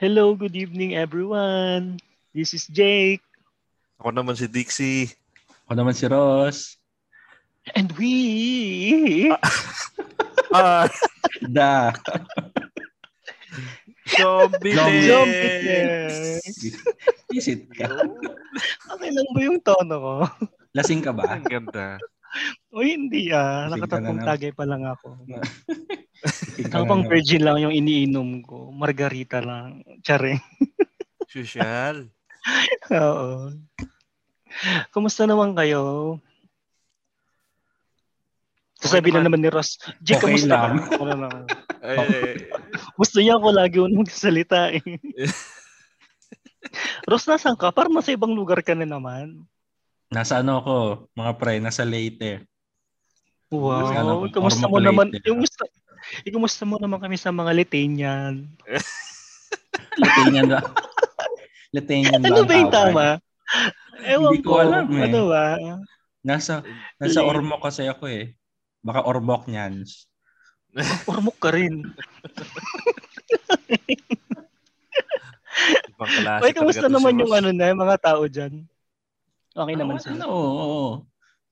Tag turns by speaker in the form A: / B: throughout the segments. A: Hello, good evening everyone. This is Jake.
B: Ako naman si Dixie.
C: Ako naman si Ross.
A: And we...
B: Ah,
C: Da.
B: zombie
A: Ah,
C: Zombie.
B: Zombie
C: Visit ka.
B: Oh,
A: Okay lang ba yung tono ko?
C: Lasing ka ba?
B: Ang ganda.
A: O hindi ah.
C: Lasing ka
A: Nakatatlong
C: na na.
A: tagay pa lang ako.
C: Ikaw ano.
A: Tapang
C: na naman.
A: virgin lang yung iniinom ko. Margarita lang. Tsare.
B: Social.
A: Oo. Kumusta naman kayo? Sasabihin na
B: naman.
A: naman ni Ross, Jake,
C: Okay
A: kamusta ka
C: lang.
A: na? Ano naman?
B: Ay, ay,
A: Gusto niya ako lagi unang magsalita eh. Ross, nasan ka? Parang nasa ibang lugar ka na naman.
C: Nasa ano ako, mga pre, nasa Leyte. Nasa ano,
A: Wow. Kumusta mo
C: Ormoc
A: naman?
C: Leyte.
A: Kumusta? Ikumusta mo naman kami sa mga Litanian.
C: Latinian ba? Latinian
A: Ano ba yung
C: tawag?
A: tama? Ewan
C: Hindi ko alam eh.
A: Ano ba?
C: Nasa, nasa Ormoc kasi ako eh. Baka Ormoc niyan.
A: Ormok ka rin.
B: ibang klase
A: Ay,
B: talaga
A: kumusta
B: to si
A: naman yung
B: Ross.
A: ano na, yung mga tao dyan? Okay
C: Ano,
A: naman
C: ano,
A: sila.
C: oo, oo.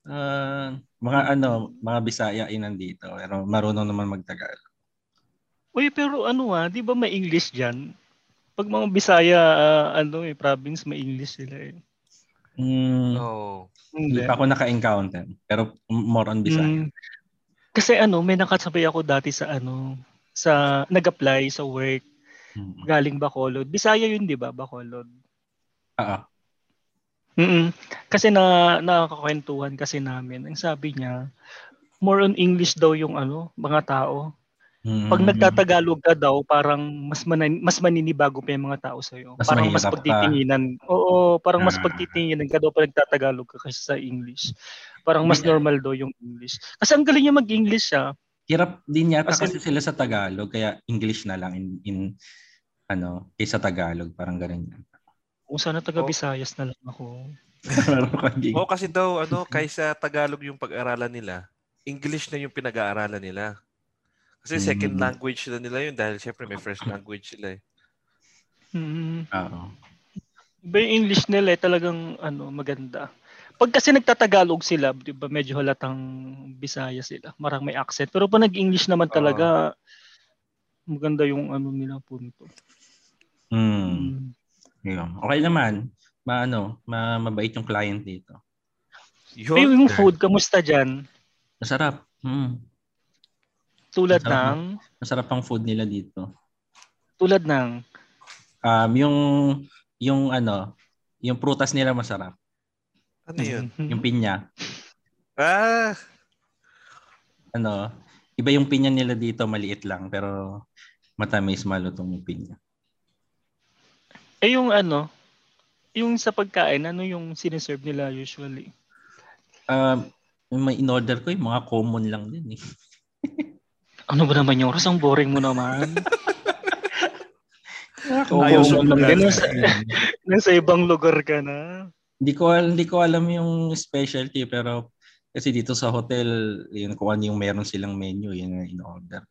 C: Ah, mga ano, mga Bisaya ay nandito. Pero marunong naman magtagal.
A: Uy, pero ano ah, di ba may English dyan? Pag mga Bisaya, ah, ano eh, province, may English sila eh.
C: Mm,
B: Oh.
C: Hindi pa ako naka-encounter. Pero more on Bisaya.
A: Mm. Kasi ano, may nakasabay ako dati sa ano, sa nag-apply sa work
C: Mm.
A: galing Bacolod. Bisaya 'yun, 'di ba, Bacolod?
C: Oo.
A: Mm. Kasi na nakakakwentuhan kasi namin. Ang sabi niya, more on English daw yung ano, mga tao. Pag
C: Mm.
A: nagtatagalog ka daw, parang mas manan- mas maninibago pa yung mga tao sa iyo.
C: Mas
A: Parang mas
C: mahirap ka.
A: pagtitinginan. Oo, parang mas
C: Ah.
A: pagtitinginan ka daw pag nagtatagalog ka kasi sa English. Parang mas
C: Yeah.
A: normal daw yung English. Kasi ang galing niya mag-English ah. siya.
C: Hirap din yata
A: As in-
C: kasi sila sa Tagalog kaya English na lang in, in ano, kaysa Tagalog parang ganun. yan.
A: Kung sana taga
B: Oh.
A: Visayas na lang ako.
C: Parang kagig.
B: oh, kasi daw, ano, kaysa Tagalog yung pag-aralan nila, English na yung pinag-aaralan nila. Kasi second
A: Hmm.
C: Mm.
B: language na nila yun dahil syempre may first language sila eh.
A: Mm.
C: Oo.
A: Iba yung English nila eh, talagang ano, maganda. Pag kasi nagtatagalog sila, di ba medyo halatang Bisaya sila. Marang may accent. Pero pag nag-English naman
B: Oo.
A: talaga, maganda yung ano nila punto.
C: Mm.
A: Mm.
C: Yun. Okay naman. Maano, ma mabait yung client dito.
A: Pero
B: Yun.
A: yung food, kamusta dyan?
C: Masarap. Mm.
A: Tulad
C: Masarap
A: ng,
C: Masarap ang food nila dito.
A: tulad ng,
C: Um, yung yung ano, yung prutas nila masarap.
B: Ano yun?
A: Mm-hmm.
C: Yung pinya.
B: Ah,
C: Ano, iba yung pinya nila dito, maliit lang pero matamis malutong yung pinya.
A: eh yung ano, yung sa pagkain, ano yung sineserve nila usually?
C: Um, yung may in-order ko yung mga common lang din eh.
A: Ano ba naman yung oras? Ang boring mo naman.
B: Ayaw
A: Ayaw
B: sumunod.
A: naman din. Nasa, nasa ibang lugar ka na.
C: Hindi ko al- hindi ko alam yung specialty pero kasi dito sa hotel, yun kung ano yung meron silang menu, yun ang in-order.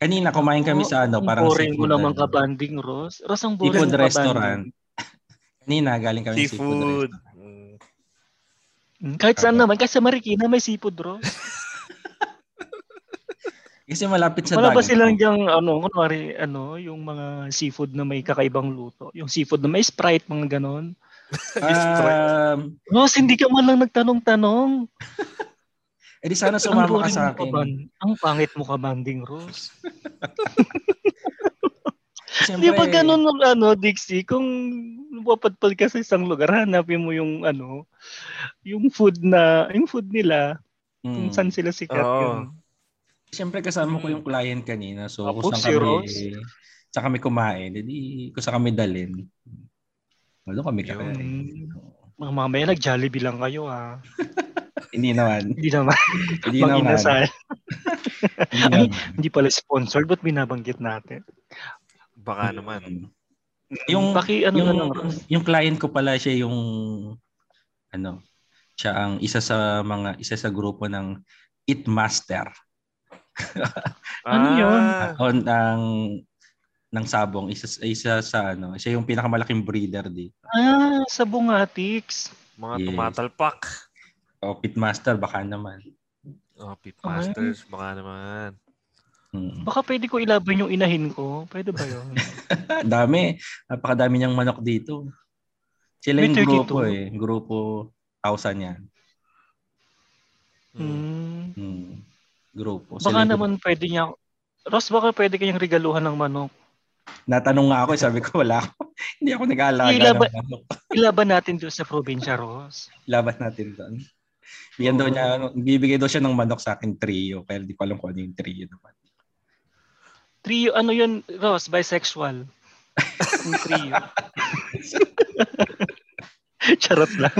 C: Kanina kumain
A: Oo,
C: kami sa ano,
A: Ang
C: parang
A: Oh, boring mo
C: seafood,
A: naman
C: ano.
A: ka banding, Ross. Ross, ang boring mo
C: Seafood
A: ka
C: restaurant.
A: banding.
C: Kanina galing kami sa seafood
B: seafood.
C: restaurant.
B: Mm.
A: Mm, Kahit saan
C: Tama.
A: naman. Kahit sa Marikina, may seafood, Ross.
C: Kasi malapit sa
A: Wala ba
C: dagat.
A: silang yung, ano, kunwari, ano, yung mga seafood na may kakaibang luto? Yung seafood na may Sprite, mga ganon.
C: Um,
A: Ross, hindi ka man lang nagtanong-tanong.
C: eh di sana
A: Ang
C: sumama ka
A: boring
C: sa
A: mo ka
C: akin.
A: ban- Ang pangit mo ka banding, Ross.
C: Siyempre,
A: Di ba ganun, ano, Dixie, kung napapadpad ka sa isang lugar, hanapin mo yung, ano, yung food na, yung food nila, kung
C: mm.
A: saan sila sikat
B: Oo.
A: yun.
C: Siyempre kasama ko yung client kanina. So,
A: Ako, Mm.
C: kung
A: si
C: saan kami,
A: Ross.
C: saan kami kumain, edi kung saan kami dalin. Wala kami
B: Yun.
C: kakain.
A: Mga mamaya, nag-jollibee lang kayo, ah.
C: Hindi naman.
A: Hindi naman,
C: Hindi
A: pang
C: naman.
A: inasal.
C: Hindi
A: Ano?
C: naman.
A: Hindi pala sponsored, ba't binabanggit natin?
B: Baka naman.
C: Yung,
A: Paki, ano,
C: yung,
A: na lang, Ross?
C: yung client ko pala siya yung ano, siya ang isa sa mga isa sa grupo ng It Master
A: Ano yun?
B: Ah,
C: on ang ng sabong isa isa sa ano, siya yung pinakamalaking breeder di.
A: Ah, sa Bungatix.
B: Mga
C: Yes.
B: tumatalpak.
C: O pitmaster baka naman.
B: Oh, Pit Masters, baka naman.
C: Mm.
A: Baka pwede ko ilaban yung inahin ko. Pwede ba yun?
C: Ang Dami, napakadami niyang manok dito. Sila
A: May
C: yung
A: turkey
C: grupo
A: too.
C: eh, grupo 1000 niya.
B: Mm.
A: Hmm.
C: Mm. Grupo.
A: Baka
C: yung-
A: naman pwede niya. Ross, baka pwede kanyang regaluhan ng manok.
C: Natanong nga ako, eh, sabi ko wala ako. Hindi ako nag-aalaga
A: Hila ba-
C: ng manok.
A: Ilaban natin doon sa probinsya, Ross.
C: Laban natin doon. Bigyan daw
A: Oo.
C: niya, ano, bibigay daw siya ng manok sa akin trio. Kaya di ko alam kung ano yung trio naman.
A: Trio, ano yun, Ross? Bisexual. Yung trio. Charot lang.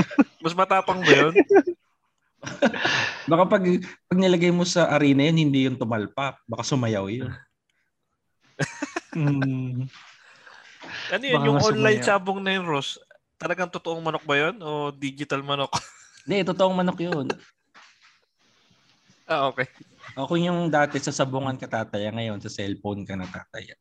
B: Mas matapang ba yun?
C: Baka pag, pag nilagay mo sa arena yun, hindi yung tumalpak. Baka sumayaw yun.
A: Hmm.
B: Ano yun?
A: Baka
B: yung
A: nga
B: online
A: sumayaw.
B: sabong na yun, Ross, talagang totoong manok ba yun? O digital manok?
C: Hindi, totoong manok yun.
B: ah, okay.
C: Ako yung dati sa sabungan ka tataya, ngayon sa cellphone ka natataya.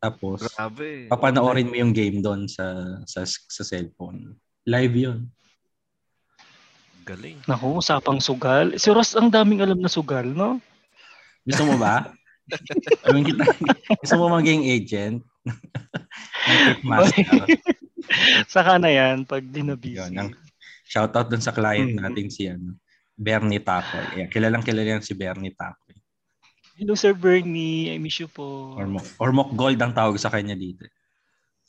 C: Tapos,
B: Grabe.
C: papanoorin mo yung game doon sa, sa sa cellphone. Live yun.
B: Oh, Galing.
A: Naku, usapang sugal. Si Ross, ang daming alam na sugal, no?
C: Gusto mo ba? Gawin kita. Gusto mo maging agent? ng Pitmaster.
A: Saka na yan pag di na busy.
C: Yun, ang shoutout dun sa client
B: Mm-hmm.
A: Mhm.
C: natin si ano, Bernie Tacoy. Yeah, kilalang kilala yan si Bernie Tacoy.
A: Hello, Sir Bernie. I miss you po.
C: Ormoc, Ormoc Gold ang tawag sa kanya dito.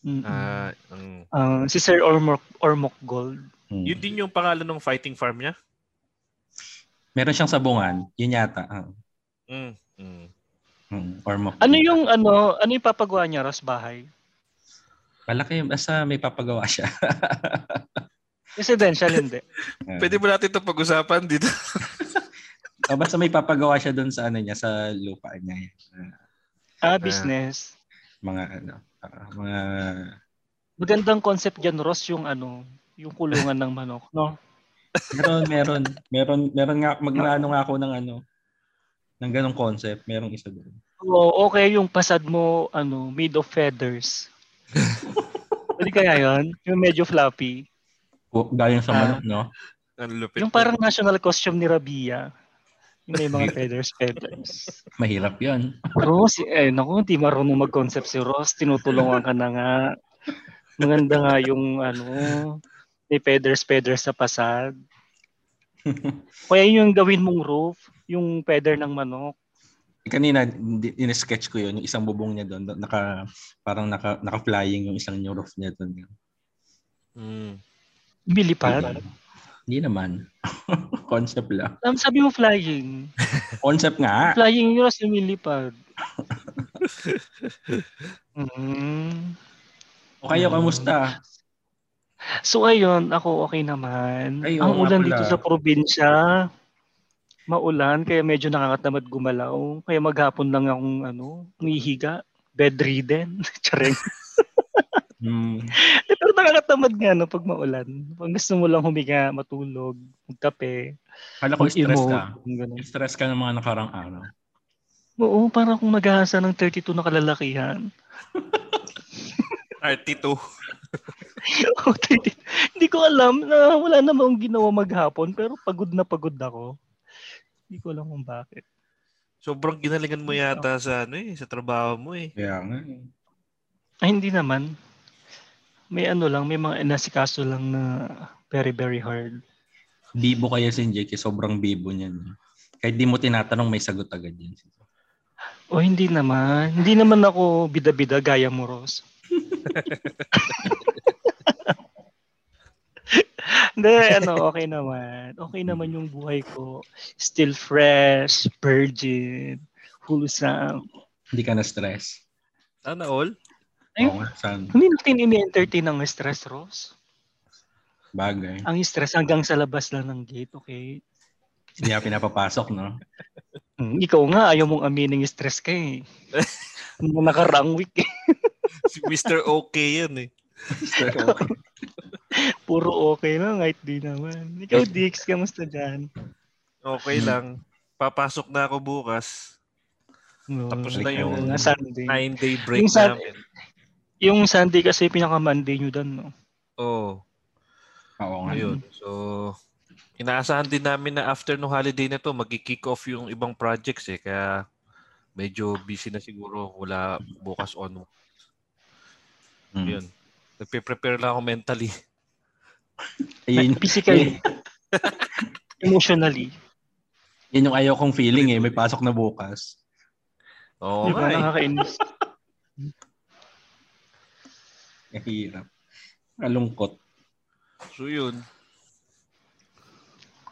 A: Mm-mm.
B: Ah, ang-
A: Ah, si Sir Ormoc, Ormoc Gold.
C: Hmm.
B: Yun din yung pangalan ng fighting farm niya?
C: Meron siyang sabungan. Yun yata. ah.
B: Mm. Mm.
C: Hmm. Ormoc
A: Ano
C: Gold.
A: yung ano, ano yung papagawa niya, Ross, bahay?
C: Malaki. Basta may papagawa siya.
A: Residential, hindi. Hmm.
B: Pwede ba natin ito pag-usapan dito?
C: Ah, basta may papagawa siya doon sa ano niya, sa lupa niya.
A: Ah, business.
C: Mga ano, ah, mga
A: Magandang concept dyan, Ross, yung ano, yung kulungan ng manok, no?
C: meron meron meron meron nga magnaano nga ako ng ano ng ganong concept, merong isa doon.
A: Oo, okay, yung pasad mo, ano, made of feathers. Pwede kaya yun? Yung medyo floppy.
C: O, Galing sa
A: Ah.
C: manok, no?
B: Ang lupit.
A: Yung parang national costume ni Rabia. Yung may mga feathers, feathers.
C: Mahirap 'yon.
A: Ross, eh, naku, hindi marunong mag-concept si Ross. Tinutulungan ka na nga. Maganda nga yung, ano, may feathers-feathers sa pasad. Kaya yun yung gawin mong roof, yung feather ng manok.
C: Kanina di- in-sketch ko 'yon, yung isang bubong niya doon, do- naka parang naka naka-flying yung isang new roof niya doon. Diba?
B: Mm.
A: Bilipad.
C: Hindi naman. concept lang.
A: Ang sabi mo flying.
C: Concept nga.
A: Flying yun, Ross, lumilipad. Mm.
C: O kayo, kamusta?
A: So ayun, ako okay naman.
C: Ay,
A: Ang
C: oo nga
A: ulan
C: pala.
A: dito sa probinsya, maulan, kaya medyo nakakatamad gumalaw. Kaya maghapon lang akong ano, nihiga, bedridden. Charing.
C: Hmm.
A: Eh, Pero nakakatamad nga no, pag maulan. Pag gusto mo lang humiga, matulog, magkape,
C: Kala ko stress
A: mag-emote,
C: ka.
A: yung ganun.
C: Stress ka ng mga nakarang araw.
A: Oo, parang kung maghahasa ng 32 na kalalakihan.
B: RT2.
A: Oo, 32. Hindi ko alam na wala namang ginawa maghapon, pero pagod na pagod ako. Hindi ko alam kung bakit.
B: Sobrang ginalingan mo yata sa ano eh, sa trabaho mo eh.
C: Kaya nga.
A: Ay, hindi naman. May ano lang, may mga inasikaso lang na very, very hard.
C: Bibo kaya si JK, sobrang bibo niyan. Kahit di mo tinatanong, may sagot agad yan.
A: O hindi naman. Hindi naman ako bida-bida gaya mo, Ross. Hindi, ano, okay naman. Okay naman yung buhay ko. Still fresh, virgin, wholesome.
C: Hindi ka na-stress.
B: Sana all.
A: Ay.
C: Oo nga, san
A: Hindi natin ini-entertain ang stress, Ross.
C: bagay.
A: Ang stress hanggang sa labas lang ng gate, okay?
C: Hindi ka pinapapasok, no?
A: Hmm, ikaw nga, ayaw mong aminin yung stress ka eh. Nung nakaraang week eh,
B: Si Mr. OK yan eh.
A: puro okay lang, kahit di naman. Ikaw, Dix, kamusta dyan?
B: Okay lang. Papasok na ako bukas.
A: Oo,
B: Tapos
C: na
A: oo
C: yung
A: Oh, nga, Sunday.
B: Nine-day break
A: Yung sa-
B: namin.
A: Yung Sunday kasi pinaka-Monday nyo doon, no?
B: Oo.
C: Oo nga.
B: Ayun.
A: Mm.
B: So, inaasahan din namin na after no holiday na to, magki-kick off yung ibang projects eh. Kaya medyo busy na siguro wala bukas on.
C: Mm.
B: Yun. Nagpe-prepare lang ako mentally.
C: Ayun,
A: Physically. emotionally.
C: yun yung ayaw kong feeling eh. May pasok na bukas.
B: Oo
A: Yung
B: nga
A: mga
B: eh.
A: nakakainis.
C: Mahirap. Alungkot.
B: So yun.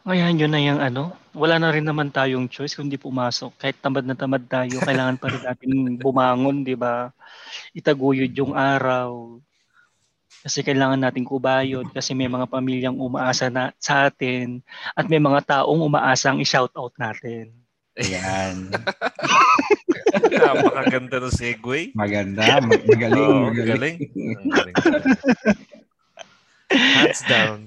A: Ngayon yun na yung ano. Wala na rin naman tayong choice kundi pumasok. Kahit tamad na tamad tayo, kailangan pa rin natin bumangon, di ba? Itaguyod yung araw. Kasi kailangan natin kubayod kasi may mga pamilyang umaasa na sa atin at may mga taong umaasang i-shout out natin.
C: Ayan.
B: Napakaganda ng segue.
C: Maganda. mag- Magaling.
B: Oo,
C: magaling.
B: Ang galing. Hands down.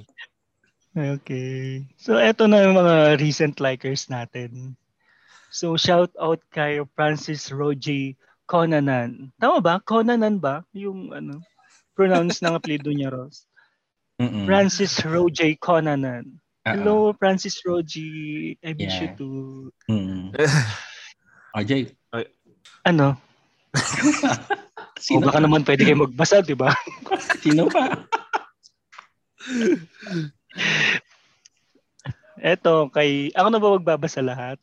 A: Okay. So, eto na yung mga recent likers natin. So, shout out kay Francis Roji Conanan. Tama ba? Conanan ba? Yung ano, pronounce ng apelido niya, Ross. Hmm.
C: Mm-mm.
A: Francis Roji Conanan.
C: Ah, ah.
A: Hello, Francis Roji. I wish you
C: Yeah.
A: to...
C: Mm-mm. Oh, Jay.
A: Ano? O
C: Sino,
A: baka naman pwede kayo magbasa, di ba?
C: sino pa?
A: Eto, kay... Ako na ba magbabasa lahat?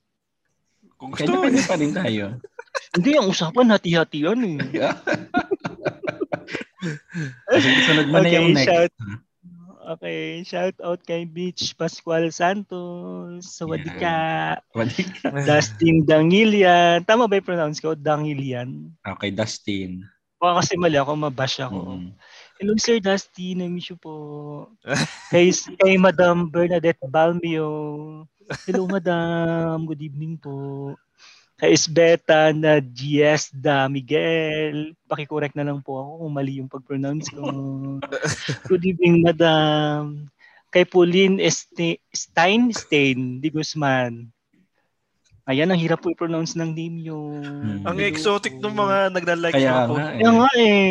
B: Kung gusto
C: Kanya
B: mo
C: kanya pa rin tayo.
A: Hindi, ang usapan hati-hati yan eh.
C: Sunod mo na yung next.
A: Shout, okay, shout out kay Beach Pascual Santos. Sawadika.
C: Wali-
A: Dustin Dangilian. Tama ba yung pronounce ko? Dangilian.
C: Okay, Dustin.
A: Baka kasi mali ako, mabash ako.
C: Mm-mm.
A: Hello Sir Dustin, I miss you po. kay, kay Madam Bernadette Balmio. Hello Madam, good evening po. Kay Isbeta na GS da Miguel. Pakicorrect na lang po ako kung mali yung pag-pronounce ko. good evening Madam. Kay Pauline Este- Steinstein di Guzman. Ayan, ang hirap po i-pronounce ng name yun.
C: Hmm.
B: Ang
A: Hello
B: exotic
A: po.
B: ng mga nagla-like
C: Kaya
B: sa
C: nga
B: account.
A: Kaya
C: eh.
A: nga eh.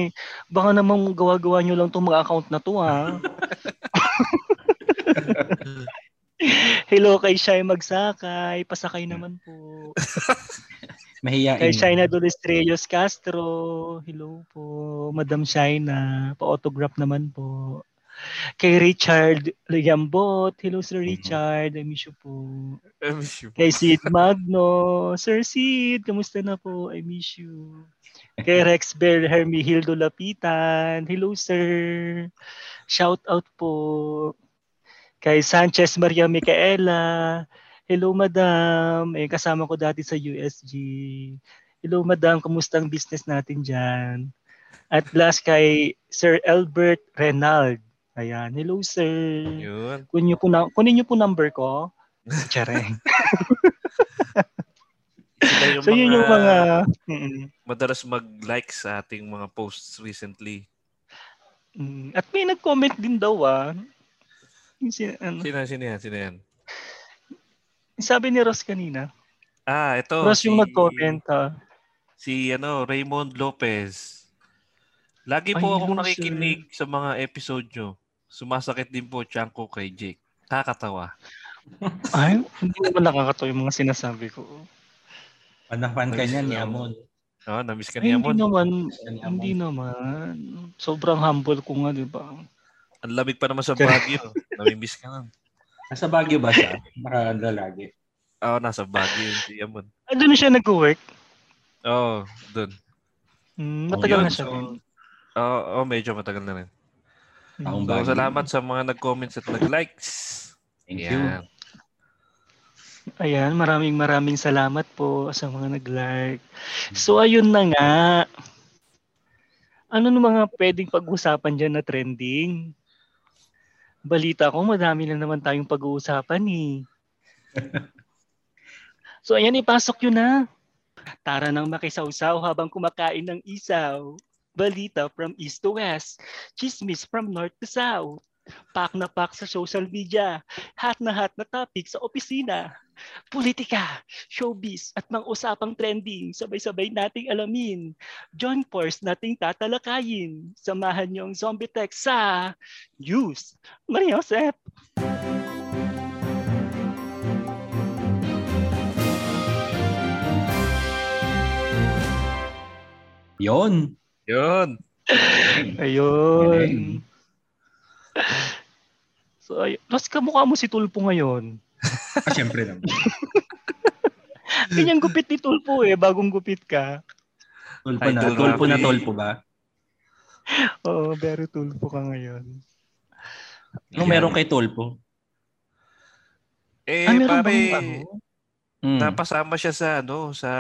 A: Baka namang gawa-gawa nyo lang itong mga account na to ha. Hello kay Shai Magsakay. Pasakay naman po.
C: Mahiyain.
A: Kay Shaina Dolestrellos Castro. Hello po. Madam Shaina. Pa-autograph naman po. Kay Richard Liambot. Hello Sir
C: Mhm.
A: Richard. I miss you po.
B: I miss you.
A: Kay Sid Magno. Sir Sid, kamusta na po? I miss you. Kay Rex Bear Hermi Hildo Lapitan. Hello, sir. Shout out po. Kay Sanchez Maria Micaela. Hello, madam. Eh, kasama ko dati sa USG. Hello, madam. Kamusta ang business natin dyan? At last kay Sir Albert Renald. Ayan. Hello, sir.
B: Yun.
A: Kunin niyo po, na, kunin niyo po number ko. Chareng.
B: Sila yung
A: so, yun yung mga... Mm,
B: madalas mag-like sa ating mga posts recently.
A: mm. At may nag-comment din daw ah. Yung si- ano,
B: Sino, sino yan? Sino yan?
A: sabi ni Ross kanina.
B: Ah, ito.
A: Ross yung nag-comment ah.
B: Si ano, Raymond Lopez. Lagi
A: Ay,
B: po akong
A: loser.
B: nakikinig sa mga episode nyo. Sumasakit din po tiyan ko kay Jake. Kakatawa.
A: Ay, hindi naman nakakatawa yung mga sinasabi ko.
C: Panahpan ka niya ni
B: Ayun.
C: Amon.
B: No, Ah, na-miss ka
A: Ay,
B: niya
A: hindi
B: mo.
A: naman,
C: Yan, Amon.
A: hindi naman. Sobrang humble ko nga, di ba?
B: Ang lamig pa naman sa Baguio. Namimiss ka lang.
C: Nasa Baguio ba siya? Nakaganda lagi.
B: Oo, Ah, nasa Baguio yung si Amon.
A: Ah, doon na siya nag-work.
B: Oo, dun.
A: Mm, matagal
B: Oh, Yun,
A: na siya.
B: so,
A: doon.
B: Oo, oo, Oh, medyo matagal na rin.
A: Mm.
C: Taong
B: So,
C: Baguio.
B: salamat sa mga nag-comments at nag-likes.
C: Thank you.
B: Ayan.
A: Ayan, maraming maraming salamat po sa mga nag-like. So, ayun na nga. Ano nung mga pwedeng pag-usapan dyan na trending? Balita ko, madami na naman tayong pag-uusapan eh. so, ayan, ipasok yun na. Tara nang makisawsaw habang kumakain ng isaw. Balita from east to west. Chismis from north to south. Pak na pak sa social media. Hat na hat na topic sa opisina. politika, showbiz at mga usapang trending sabay-sabay nating alamin. John Force nating tatalakayin. Samahan niyo ang Zombie Tech sa News. Maria Joseph.
C: Yon.
B: Yun.
A: Ayun. So, ayun. Tapos kamukha mo si Tulpo ngayon.
C: Ah, syempre naman.
A: Ganyang gupit ni Tulpo eh, bagong gupit ka.
C: Tulpo
B: Idol
C: na.
B: Rafi.
C: Tulpo na tulpo ba?
A: Oo, pero Tulpo ka ngayon.
C: Anong
B: Yan.
C: meron kay tulpo?
B: Eh,
A: ah, meron
B: pare,
A: bang ano?
C: Hmm.
B: napasama siya sa ano, sa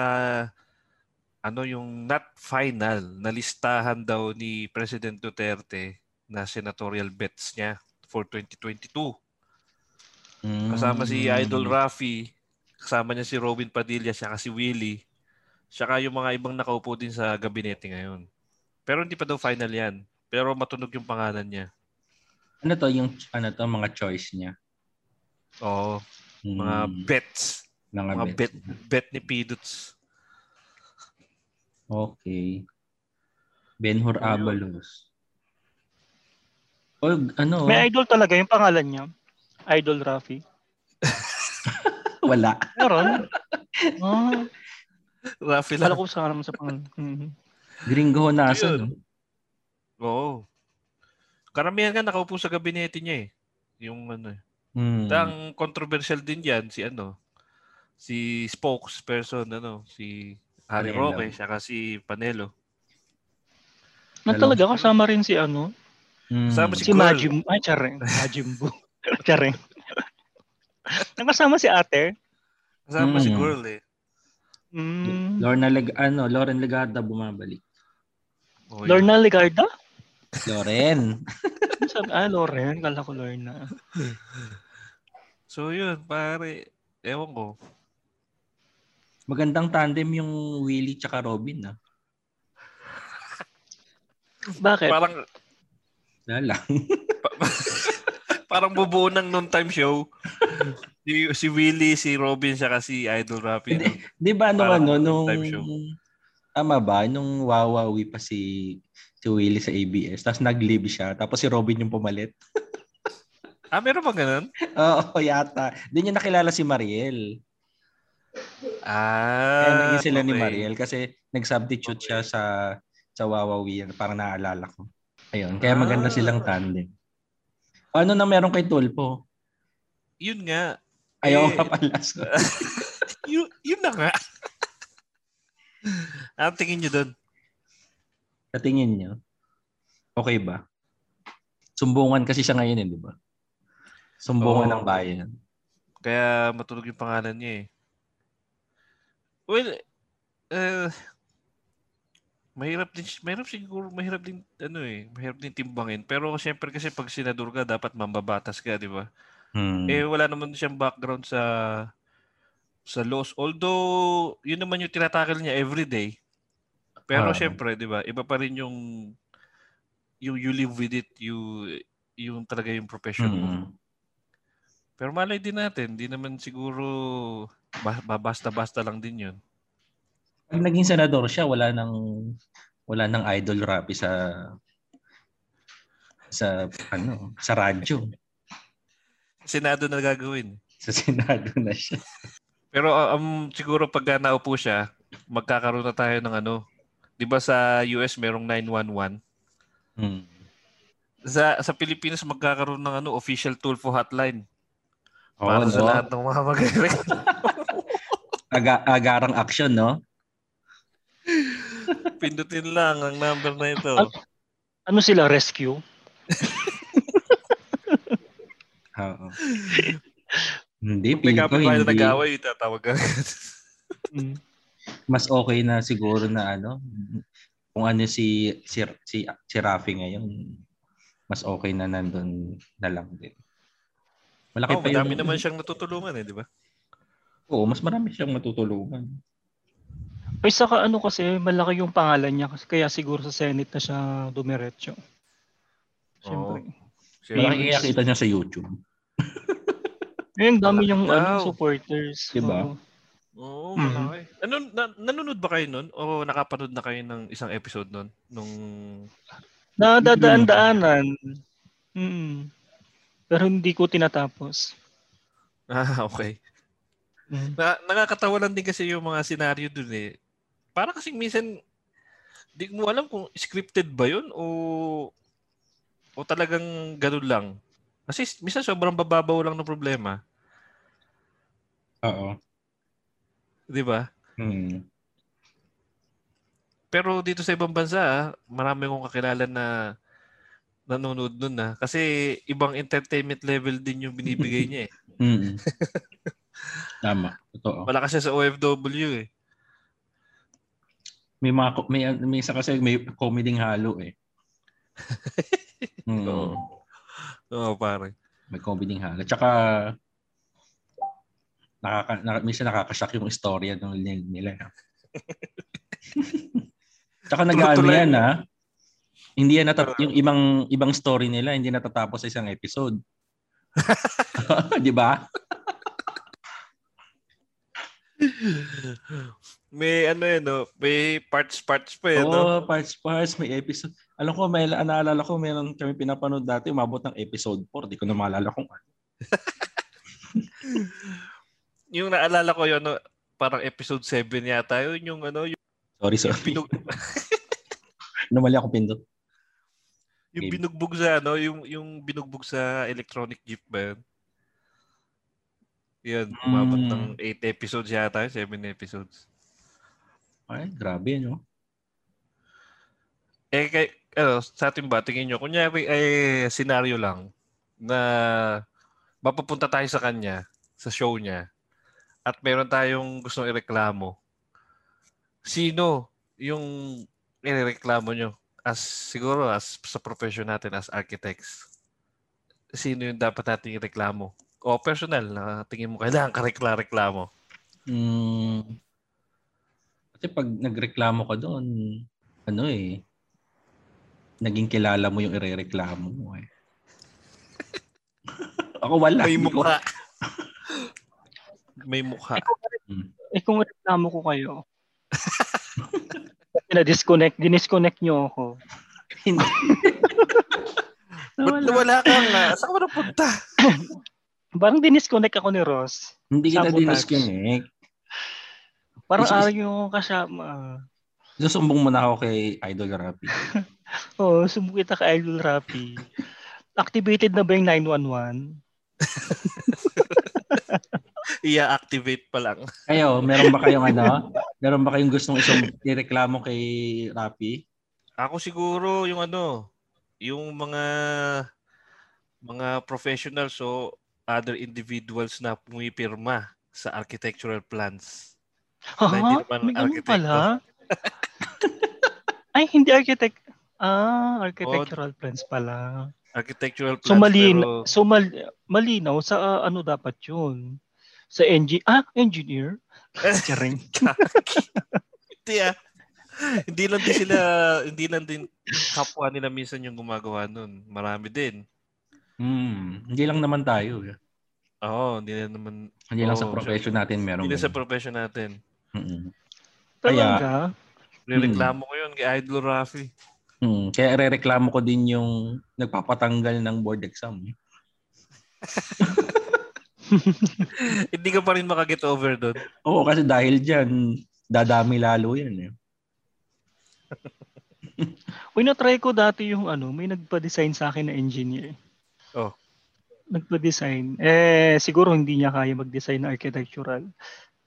B: ano yung not final na listahan daw ni President Duterte na senatorial bets niya for 2022.
C: Hmm.
B: Kasama si Idol Rafi, kasama niya si Robin Padilla, siya si Willie, saka yung mga ibang nakaupo din sa gabinete ngayon. Pero hindi pa daw final yan. Pero matunog yung pangalan niya.
C: Ano to yung ano to mga choice niya?
B: Oo,
C: Hmm.
B: mga bets.
C: Mga
B: Mga
C: bet.
B: bet, bet ni Pidots.
C: Okay. Benhur
B: Ano yun?
C: Abalos. O
B: oh.
C: ano?
A: May idol talaga yung pangalan niya. Idol Rafi.
C: Wala.
A: Meron. Ah,
B: Rafi
A: Kala
B: lang.
A: ko sa naman sa pangalan. Mhm.
C: Gringo
B: Yun.
C: Honasa. No?
B: Oo. Karamihan nga nakaupo sa gabinete niya eh. Yung ano. eh.
C: Hmm.
B: Ang controversial din yan, si ano, si spokesperson, ano, si Harry
C: Panelo.
B: Roque, saka si Panelo.
A: Na talaga kasama rin si ano?
C: Hmm.
B: Sama
A: Si
B: Girl.
A: Majim. Ay, tsareng. Majimbu. tsareng. Nakasama si ate.
B: Kasama si
C: Mm.
B: Girl eh.
A: Mm.
C: Lorna Leg ano, Lauren Legarda bumabalik.
B: Oh, yun.
A: Lorna Legarda?
C: Loren.
A: Ano sabi? Ah, Loren. Kala ko Lorna.
B: So yun, pare. Ewan ko.
C: Magandang tandem yung Willie tsaka Robin, ah.
A: Bakit?
B: Parang
C: Wala lang.
B: parang bubuo ng noon time show. si, si Willie, si Robin, saka si Idol Rapi.
C: Hindi. Di ba nung
B: Parang
C: ano, nung...
B: time show.
C: Tama ba? Nung wawawi pa si si Willie sa ABS. Tapos nag-leave siya. Tapos si Robin yung pumalit.
B: Ah, meron ba ganun?
C: Oo, yata. Doon niya nakilala si Mariel.
B: Ah,
C: Kaya naging sila ni
B: okay.
C: Mariel kasi nag-substitute siya sa sa wawawi. Parang naalala ko. Ayun. Kaya maganda
B: Ah.
C: silang tandem. Ano na meron kay Tulpo?
B: Yun nga.
C: Ayaw
B: Eh,
C: ka pala. sorry.
B: Yun, yun na nga. Ang tingin nyo doon?
C: Sa tingin niyo, okay ba? Sumbungan kasi siya ngayon, eh, di ba? Sumbungan
B: Oo.
C: ng bayan.
B: Kaya matulog yung pangalan niya eh. Well, eh mahirap din mahirap siguro mahirap din ano eh mahirap din timbangin pero syempre kasi pag senador ka dapat mambabatas ka di ba
C: Hmm.
B: eh wala naman siyang background sa sa laws although yun naman yung tinatakil niya every day pero
C: Ah.
B: syempre di ba iba pa rin yung yung you live with it you yung talaga yung profession mo
C: Mm.
B: pero malay din natin, di naman siguro ba- ba- basta-basta lang din yun.
C: Pag naging senador siya, wala nang wala nang idol rap sa sa ano, sa radyo,
B: Senado na gagawin.
C: sa Senado na siya.
B: Pero uh, um, siguro pag naupo siya, magkakaroon na tayo ng ano. Di ba sa US merong 911?
C: Hmm.
B: Sa, sa Pilipinas magkakaroon ng ano, official tool for hotline.
C: Oo,
B: Para sa
C: no?
B: lahat ng mga magaling.
C: Aga- agarang action, no?
B: Pindutin lang ang number na ito.
A: Ano sila? Rescue?
C: Oo. hindi,
B: May
C: piling ko
B: kapit na
C: hindi.
B: nag-away, tatawag ka.
A: Mm.
C: Mas okay na siguro na ano, kung ano si si si, si Rafi ngayon, mas okay na nandun na lang din. Malaki
B: oh,
C: pa yun.
B: madami naman siyang natutulungan eh, di ba?
C: Oo, mas marami siyang matutulungan.
A: Ay, saka ano kasi, malaki yung pangalan niya. kasi Kaya siguro sa Senate na siya dumiretso. Siyempre.
B: Oo. Siya-
C: Malaki kita niya sa YouTube.
A: Ayun, dami yung
B: Wow.
A: ano, supporters. Oh.
C: Diba?
A: Oo.
B: Oo,
A: Mhm.
C: Mm-hmm.
B: malaki. Ano, na- nanonood ba kayo nun? O nakapanood na kayo ng isang episode nun? Nung...
A: Nadadaan-daanan. Mm. Pero hindi ko tinatapos.
B: Ah, okay.
A: Mm.
B: Na, nakakatawa lang din kasi yung mga senaryo dun eh. Para kasing minsan, di mo alam kung scripted ba yun o o talagang ganun lang. Kasi s- minsan sobrang bababaw lang ng problema.
C: Oo.
B: Di ba?
C: Hmm.
B: Pero dito sa ibang bansa, ah, marami kong kakilala na nanonood nun na. Kasi ibang entertainment level din yung binibigay niya eh.
C: Mm. Tama. Totoo.
B: Malakas siya sa OFW eh.
C: May mga ko- may may isa kasi may comedy halo eh. Mm.
B: Oo. Oo, pare.
C: May comedy halo. Tsaka nakaka, na, minsan nakakashock yung istorya ng nil- nila. eh. Tsaka nag-ano
B: Tuloy-tuloy.
C: yan ha. Hindi yan natat- yung ibang ibang story nila hindi natatapos sa isang episode. 'Di ba?
B: May ano yan, no? May parts-parts pa yan, no?
C: Oo, Oh, parts parts may episode. Alam ko may naalala ko meron kami pinapanood dati umabot ng episode 4, di ko na maalala kung ano.
B: Yung naalala ko yun, ano, parang episode 7 yata yun, yung ano, yung,
C: Sorry, sorry.
B: pinug,
C: Namali ako pindot.
B: yung
C: Game.
B: binugbog sa, ano, yung, yung binugbog sa electronic jeep ba yun? Yan, umabot
C: Mm.
B: ng 8 episodes yata, 7 episodes.
C: Ay, grabe no.
B: Eh, kay, ano, sa atin ba, tingin nyo, kunyari, eh, senaryo lang na mapapunta tayo sa kanya, sa show niya, at meron tayong gustong ireklamo. Sino yung ireklamo nyo? As, siguro, as sa profession natin, as architects, sino yung dapat nating ireklamo? O personal, na tingin mo, kailangan ka rekla- reklamo.
C: Mm. Kasi pag nagreklamo ka doon, ano eh, naging kilala mo yung irereklamo mo eh. Ako wala.
B: May
C: hindi ko-
B: mukha. May mukha.
A: Eh kung reklamo ko kayo. Kasi na-disconnect, dinisconnect nyo ako.
B: Ba't
A: Ano,
C: Nawala.
B: wala ka nga? Saan ka napunta?
A: Parang dinisconnect ako ni Ross.
C: Hindi kita
A: Sabotage.
C: dinisconnect.
A: Parang
C: Is- is-
A: araw yung kasama.
C: Susumbong mo na ako kay Idol Rapi.
A: Oo, oh, sumbukit na ka Idol Rappi. Activated na ba yung 911?
B: Ia-activate pa lang.
C: Kayo, meron ba kayong ano? Meron ba kayong gustong isang ireklamo kay Rapi?
B: Ako siguro yung ano, yung mga mga professionals o other individuals na pumipirma sa architectural plans.
A: Ha?
B: Na hindi naman
A: May ganun
B: arkitekto.
A: pala? Ay, hindi architect. Ah, architectural plans pala.
B: Architectural plans
A: So, malinaw,
B: pero
A: so mal- malinaw sa ah, ano dapat yun? Sa engi- ah, engineer? Charing.
B: hindi ah. hindi lang din sila, hindi lang din kapwa nila minsan yung gumagawa nun. Marami din.
C: Hmm, hindi lang naman tayo. eh.
B: Oo, hindi na naman,
C: Hindi lang
B: Oo,
C: sa profession natin meron.
B: hindi na sa
C: ganun.
B: profession natin.
C: Mm-mm.
A: Talaga?
B: Rereklamo ko yun kay Idol Rafi.
C: Hmm, kaya rereklamo ko din yung nagpapatanggal ng board exam. eh.
B: hindi ka pa rin makaget over doon.
C: Oo, kasi dahil dyan, dadami lalo yan. Eh.
A: Uy, na-try ko dati yung ano, may nagpa-design sa akin na engineer.
B: Oh.
A: Nagpa-design. Eh, siguro hindi niya kaya mag-design ng architectural.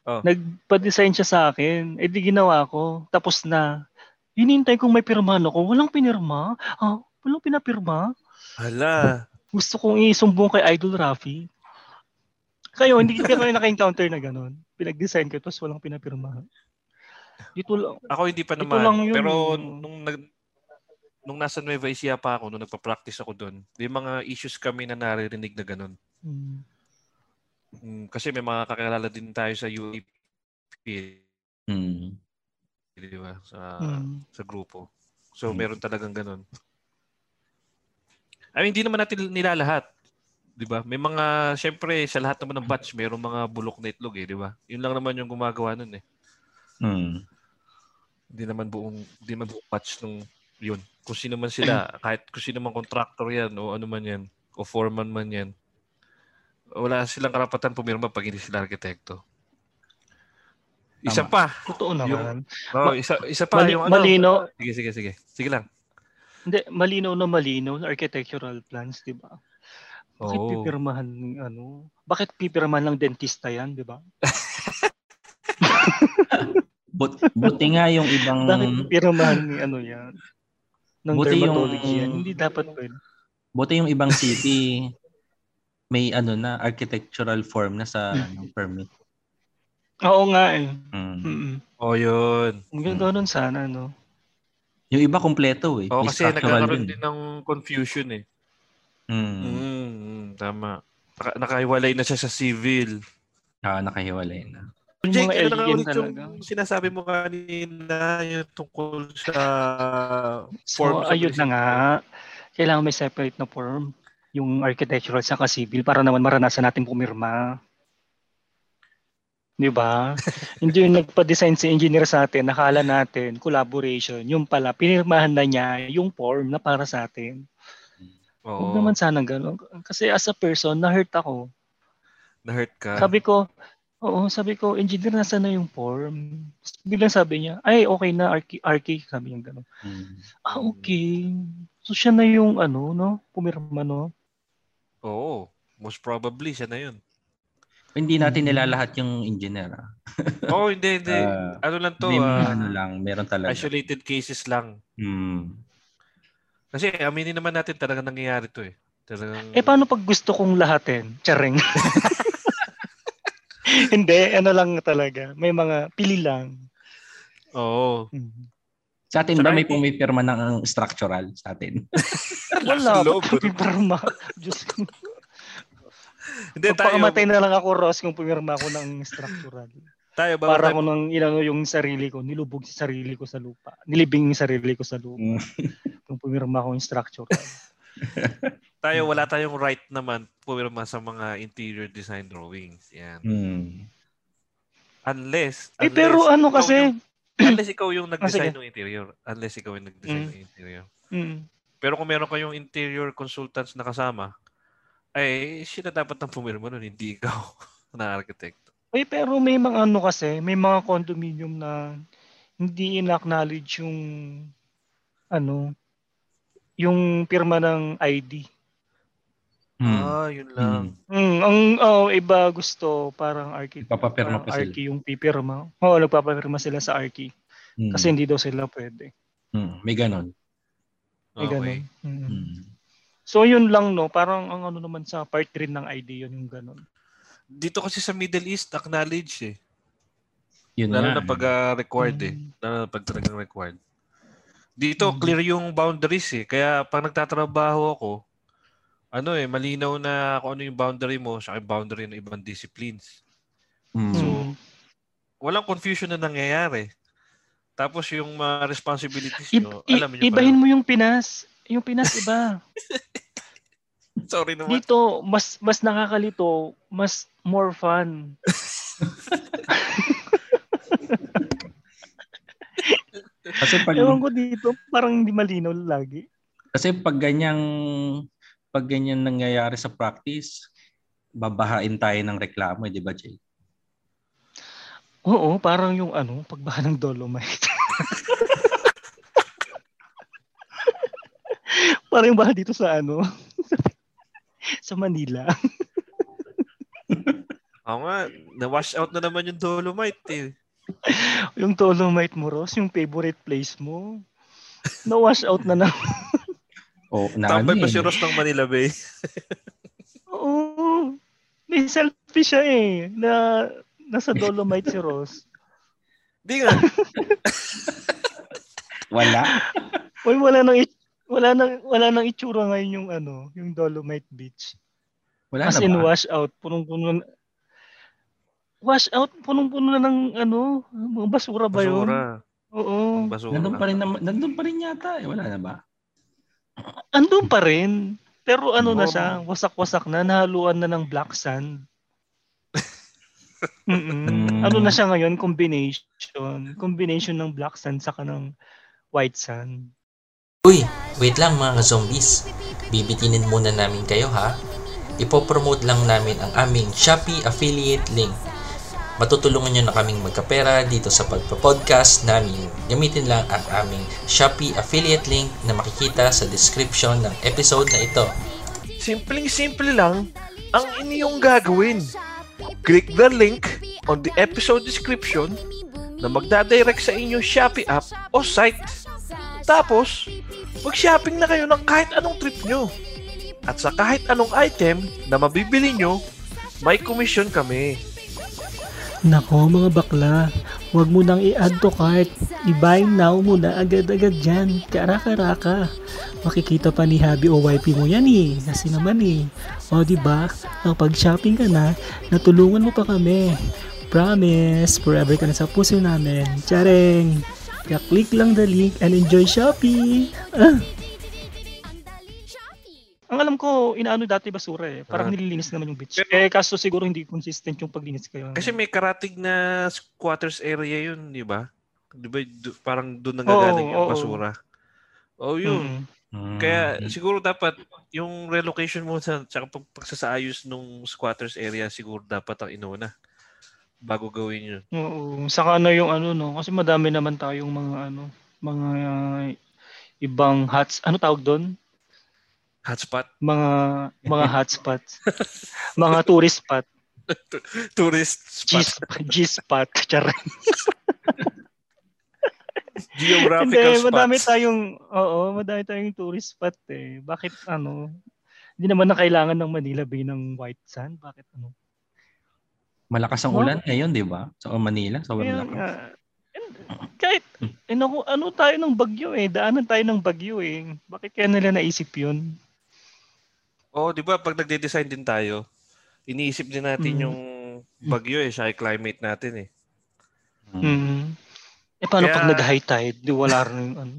B: Oh.
A: Nagpa-design siya sa akin. Eh, di ginawa ko. Tapos na. Hinintay kong may pirmahan ako. Walang pinirma. Ah, walang pinapirma.
B: Hala.
A: Gusto kong isumbong kay Idol Rafi. Kayo, hindi ka kayo naka-encounter na ganun. Pinag-design ko, tapos walang pinapirma. Dito lang.
B: Ako hindi pa
A: Ito
B: naman.
A: lang yun. eh.
B: Pero nung nag nung nasa Nueva Ecija pa ako, nung nagpa-practice ako doon, may mga issues kami na naririnig na ganun.
A: Hmm.
B: Mm, kasi may mga kakilala din tayo sa UAP,
C: Hmm.
B: di ba? Sa,
A: Hmm.
B: sa grupo. So,
C: Mm.
B: meron talagang ganun. I mean, hindi naman natin nilalahat. 'di ba? May mga syempre sa lahat naman ng batch, mayroong mga bulok na itlog eh, 'di ba? 'Yun lang naman yung gumagawa nun eh.
C: Hmm.
B: Hindi naman buong hindi naman buong batch nung 'yun. Kung sino man sila, kahit kung sino man contractor 'yan o ano man 'yan, o foreman man 'yan. Wala silang karapatan pumirma pag hindi sila arkitekto. Isa pa.
C: Tama.
A: Totoo naman. Ma-
B: Oh, isa isa pa
A: Mali-
B: yung ano.
A: malino,
B: Sige, sige, sige. Sige lang.
A: hindi, malinaw na malinaw na architectural plans, di ba? Bakit
B: Oo.
A: pipirmahan ng ano? Bakit pipirmahan ng dentista yan, di ba?
C: But, buti nga yung ibang...
B: Mm.
A: Bakit pipirmahan ni ano yan? Ng
C: Buti yung-
A: dermatology yan. Hindi dapat pwede.
C: Buti yung ibang city may ano na architectural form na sa
A: Hmm.
C: ano, permit.
A: Oo nga eh.
C: Mm.
A: Mm-mm.
B: Oh, 'yun.
A: Ang ganda nun sana, no?
C: Yung iba kompleto eh.
B: Oh,
C: May
B: kasi
C: structural
B: nagkakaroon
C: yun.
B: din ng confusion eh.
C: Mm.
A: Hmm.
B: Mm, mm, tama. Naka- nakahiwalay na siya sa civil.
C: Ah, nakahiwalay na.
A: Yung
B: Jake,
A: mga
B: ano na nga
A: alien
B: ulit
A: talaga.
B: yung sinasabi mo kanina yung tungkol sa
A: So,
B: forms of
A: ayun na
B: relation?
A: nga. Kailangan may separate na form yung architectural sa civil para naman maranasan natin pumirma. Di ba? Hindi yung nagpa-design si engineer sa atin, nakala natin, collaboration, yung pala, pinirmahan na niya yung form na para sa atin. Huwag
B: Oo,
A: naman sana gano'n. Kasi as a person, na-hurt ako.
B: na-hurt ka.
A: Sabi ko, oo, sabi ko, engineer, nasa na yung form? Biglang sabi niya, ay, okay na, Arki, Arki, sabi niya gano'n.
C: Mm.
A: Ah,
B: Mm.
A: okay. So siya na yung ano, no? Pumirma, no?
B: Oo, most probably siya na yun.
C: Hindi
A: Hmm.
C: natin nilalahat yung engineer. Ah.
B: Oo, hindi, hindi.
C: Ah,
B: ano lang to,
C: may mga
B: ah,
C: ano lang, meron talaga.
B: isolated cases lang.
C: Mm.
B: Kasi aminin naman natin talaga nangyayari to eh. Talagang,
A: Eh, paano pag gusto kong lahatin? Tsareng. Hindi, ano lang talaga. May mga pili lang.
B: Oo.
A: Mhm.
C: Sa atin
B: Tsaka
C: ba may
B: hindi-
C: pumipirma ng ang structural sa atin?
A: Wala.
B: Loob, eh.
A: ba't Pumirma. Diyos ko.
B: Hindi, tayo,
A: Magpakamatay na lang ako, Ross, kung pumirma ako ng structural.
B: tayo, bago
A: Para
B: tayo-
A: ko nang inano yung sarili ko, nilubog si sarili ko sa lupa. Nilibing yung sarili ko sa lupa.
C: Mm.
A: Kung pumirma ako ng structural.
B: tayo, wala tayong right naman pumirma sa mga interior design drawings. Yan.
C: Mm.
A: Hmm.
B: Unless,
A: Eh, pero
B: unless
A: ano
B: ikaw
A: kasi,
B: yung- unless ikaw yung
A: Ah,
B: nag-design
A: sige.
B: ng interior. Unless ikaw yung nag-design
A: Mm.
B: ng interior.
A: mm,
B: Pero kung meron kayong interior consultants na kasama, ay siya na dapat ang pumirma nun, hindi ikaw na architect.
A: Uy, pero may mga ano kasi, may mga condominium na hindi in-acknowledge yung ano, yung pirma ng ID.
C: Mm.
B: Ah, yun
C: Mm.
B: lang.
A: Mm, ang oh, iba gusto parang architect.
C: Papapirma
A: parang
C: pa sila.
A: Arki yung pipirma. Oo, nagpapapirma sila sa Arki
C: Mm.
A: kasi hindi daw sila pwede.
C: Mm. may ganon. Hmm.
A: May
B: Okay.
A: ganun. Mm.
C: Mm.
A: So yun lang no, parang ang ano naman sa part 3 ng ID yun yung ganun.
B: Dito kasi sa Middle East, acknowledge eh.
C: Yun
B: Lalo
C: nga.
B: na pag ah, required eh.
A: Mm.
B: Lalo na pag talagang required. Dito,
A: Mm.
B: clear yung boundaries eh. Kaya pag nagtatrabaho ako, ano eh, malinaw na kung ano yung boundary mo sa boundary ng ibang disciplines.
C: Mm.
B: So, walang confusion na nangyayari. Tapos yung mga responsibilities
A: I-
B: nyo,
A: i-
B: alam nyo pa.
A: ibahin mo yung Pinas, yung Pinas iba.
B: yun. Sorry naman.
A: Dito, mas mas nakakalito, mas more fun.
C: kasi pag
A: Ewan ko dito, parang hindi malinaw lagi.
C: Kasi pag ganyang pag ganyan nangyayari sa practice, babahain tayo ng reklamo, eh, di ba, Jay?
A: Oo, parang yung ano, pagbaha ng dolomite. parang yung baha dito sa ano, sa Manila.
B: Oo nga, na-wash out na naman yung Dolomite eh.
A: Yung dolomite mo, Ross, yung favorite place mo. Na-wash out na na.
C: O na ano
B: Tambay pa
C: eh,
B: si Ross ng Manila Bay.
A: Oo. May selfie siya eh. Na, nasa dolomite si Ross.
B: Di nga.
A: Ano
C: Wala.
A: Uy, wala nang it- wala nang wala nang itsura ngayon yung ano, yung Dolomite Beach.
C: Wala
A: As
C: na
A: in
C: ba?
A: wash out, punong-puno na- Wash out, punong-puno na ng ano, mga basura ba yun?
B: Basura.
A: Oo.
B: Basura.
C: Nandun pa rin naman, nandun pa rin yata eh, wala na ba?
A: Andun pa rin. Pero ano na
C: Oo.
A: siya, wasak-wasak na, nahaluan na ng black sand. Mm-mm. Ano na siya ngayon? Combination. Combination ng black sand saka ng white sand.
D: Uy, wait lang mga zombies. Bibitinin muna namin kayo ha. Ipopromote lang namin ang aming Shopee affiliate link. Matutulungan nyo na kaming magkapera dito sa pagpa-podcast namin. Gamitin lang ang aming Shopee affiliate link na makikita sa description ng episode na ito.
E: Simpleng-simple lang ang inyong gagawin. Click the link on the episode description na magdadirect sa inyong Shopee app o site. Tapos, mag-shopping na kayo ng kahit anong trip nyo. At sa kahit anong item na mabibili nyo, may commission kami.
F: Nako mga bakla, huwag mo nang i-add to cart. I-buy now mo na agad-agad dyan. Karaka-raka. Makikita pa ni Habi o YP mo yan eh. Kasi naman eh. O diba, kapag shopping ka na, natulungan mo pa kami. Promise, forever ka na sa puso namin. Tsareng! Kaya-click lang the link and enjoy shopping! Ah!
A: Ang alam ko, inaano dati basura eh. Parang nililinis naman yung beach. Eh, kaso siguro hindi consistent yung paglinis kayo.
B: Kasi may karatig na squatters area yun, di ba? Di ba do- parang doon
A: Oo,
B: nanggagaling yung
A: oo.
B: basura? Oh, yun.
A: Mm.
B: Kaya
C: Mm-hmm.
B: siguro dapat yung relocation mo sa tsaka pag, pagsasaayos nung squatters area siguro dapat ang inuna bago gawin yun.
A: Oo. Saka ano yung ano no, kasi madami naman tayong mga ano, mga uh, ibang hots, ano tawag doon?
B: Hotspot,
A: Mga mga hotspots. mga tourist spot,
B: tourist
A: G
B: spot,
A: spot, G spot, charot. Hindi,
B: geographical spots.
A: madami tayong oo, madami tayong tourist spot eh. Bakit ano? Hindi naman na kailangan ng Manila Bay ng white sand. Bakit ano?
C: Malakas ang ulan ngayon, di ba? Sa Manila, sa
A: Kaya
C: Manila.
A: nga. And kahit eh, naku, ano tayo ng bagyo eh, daanan tayo ng bagyo eh. Bakit kaya nila naisip 'yun?
B: Oo, Oh, di ba? Pag nagde-design din tayo, iniisip din natin
A: Mm.
B: yung bagyo eh, siya yung climate natin eh.
A: Mm. Eh, paano
B: Kaya-
A: pag nag-high tide, di wala rin yung ano.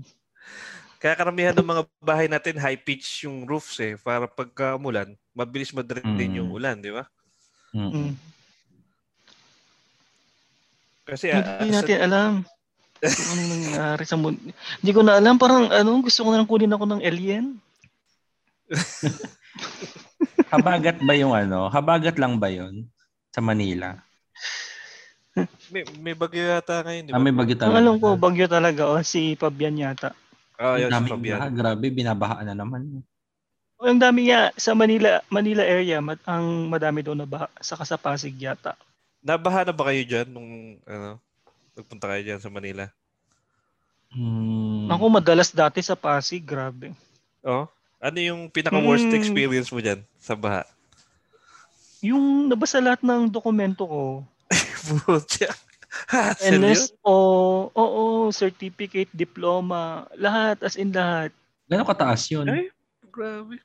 B: Kaya karamihan ng mga bahay natin, high pitch yung roofs eh, para pagka umulan, mabilis madrain
C: Mm.
B: din yung ulan, di ba?
A: Mm.
B: Kasi ah,
A: Hindi
B: sa-
A: natin alam. kung ano nangyari sa mundo. Hindi ko na alam. Parang ano, gusto ko na lang kunin ako ng alien.
C: Habagat ba yung ano? Habagat lang ba yun? Sa Manila?
B: may, may bagyo yata ngayon, di ba?
C: Ah, may bagyo
A: Ang ano,
C: talaga.
A: alam ko, bagyo talaga. O, si Fabian yata.
B: Ah,
C: Ang
B: yun, sa
C: daming
B: Fabian.
C: baha. grabe, binabahaan na naman.
A: O, Oh, ang dami nga sa Manila Manila area, mat- ang madami daw na baha. Saka sa Pasig yata.
B: Nabaha na ba kayo dyan nung ano, nagpunta kayo dyan sa Manila?
C: Hmm.
A: Ako madalas dati sa Pasig, grabe.
B: Oh? Ano yung pinaka-worst
A: Mm.
B: experience mo dyan sa baha?
A: Yung nabasa lahat ng dokumento ko,
B: Putya. Hassle yun?
A: NSO, oo, certificate, diploma, lahat, as in lahat.
C: Gano'ng kataas yun?
B: Ay, Grabe.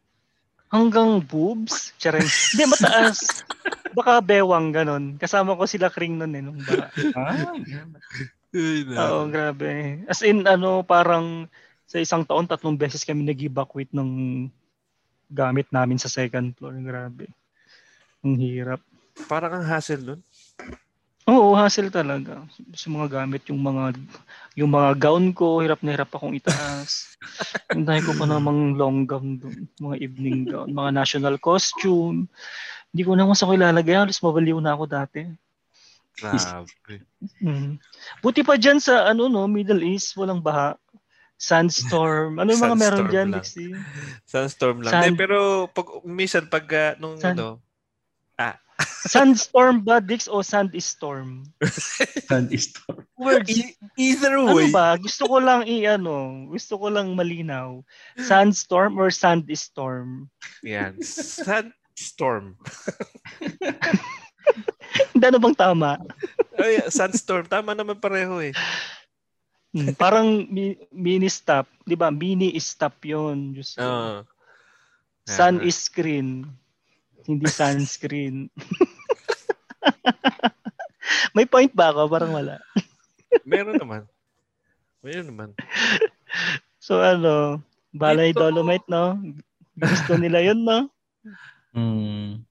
A: Hanggang boobs? Charing. Hindi, mataas. Baka bewang ganon. Kasama ko sila kring nun eh. Nung bata.
C: Ah,
B: Ay, na.
A: Oo, grabe. As in, ano, parang sa isang taon, tatlong beses kami nag-evacuate ng gamit namin sa second floor. Grabe. Ang hirap.
B: Parang ang hassle nun.
A: Oo, hassle talaga. Sa mga gamit, yung mga yung mga gown ko, hirap na hirap akong itaas. Ang dahil ko pa namang long gown doon, mga evening gown, mga national costume. Hindi ko na kung saan ko ilalagay, halos mabaliw na ako dati.
B: Grabe. Mm-hmm.
A: Mm. Buti pa dyan sa ano no, Middle East, walang baha. Sandstorm. Ano yung mga meron
B: Sandstorm
A: dyan,
B: lang.
A: Lixie?
B: Sunstorm lang.
A: Sun-
B: Eh, pero pag minsan pag ah, nung
A: Sun-
B: ano,
A: Sandstorm ba, Dix, o sandstorm?
C: sandstorm.
B: e- either
A: Ano
B: way,
A: ba? Gusto ko lang i-ano, gusto ko lang malinaw. Sandstorm or sandstorm?
B: yan. Sunstorm.
A: Hindi ano bang tama?
B: Ay, sunstorm. Tama naman pareho eh.
A: Hmm, parang mi- mini stop, 'di ba? Mini stop 'yon, Diyos ko.
B: Oo.
A: Sun
B: Yeah.
A: is screen. Hindi sunscreen. May point ba ako? Parang wala.
B: Meron naman. Meron naman.
A: So ano, Balay
B: Dito-
A: Dolomite, no? Gusto nila yun, no?
C: Mm.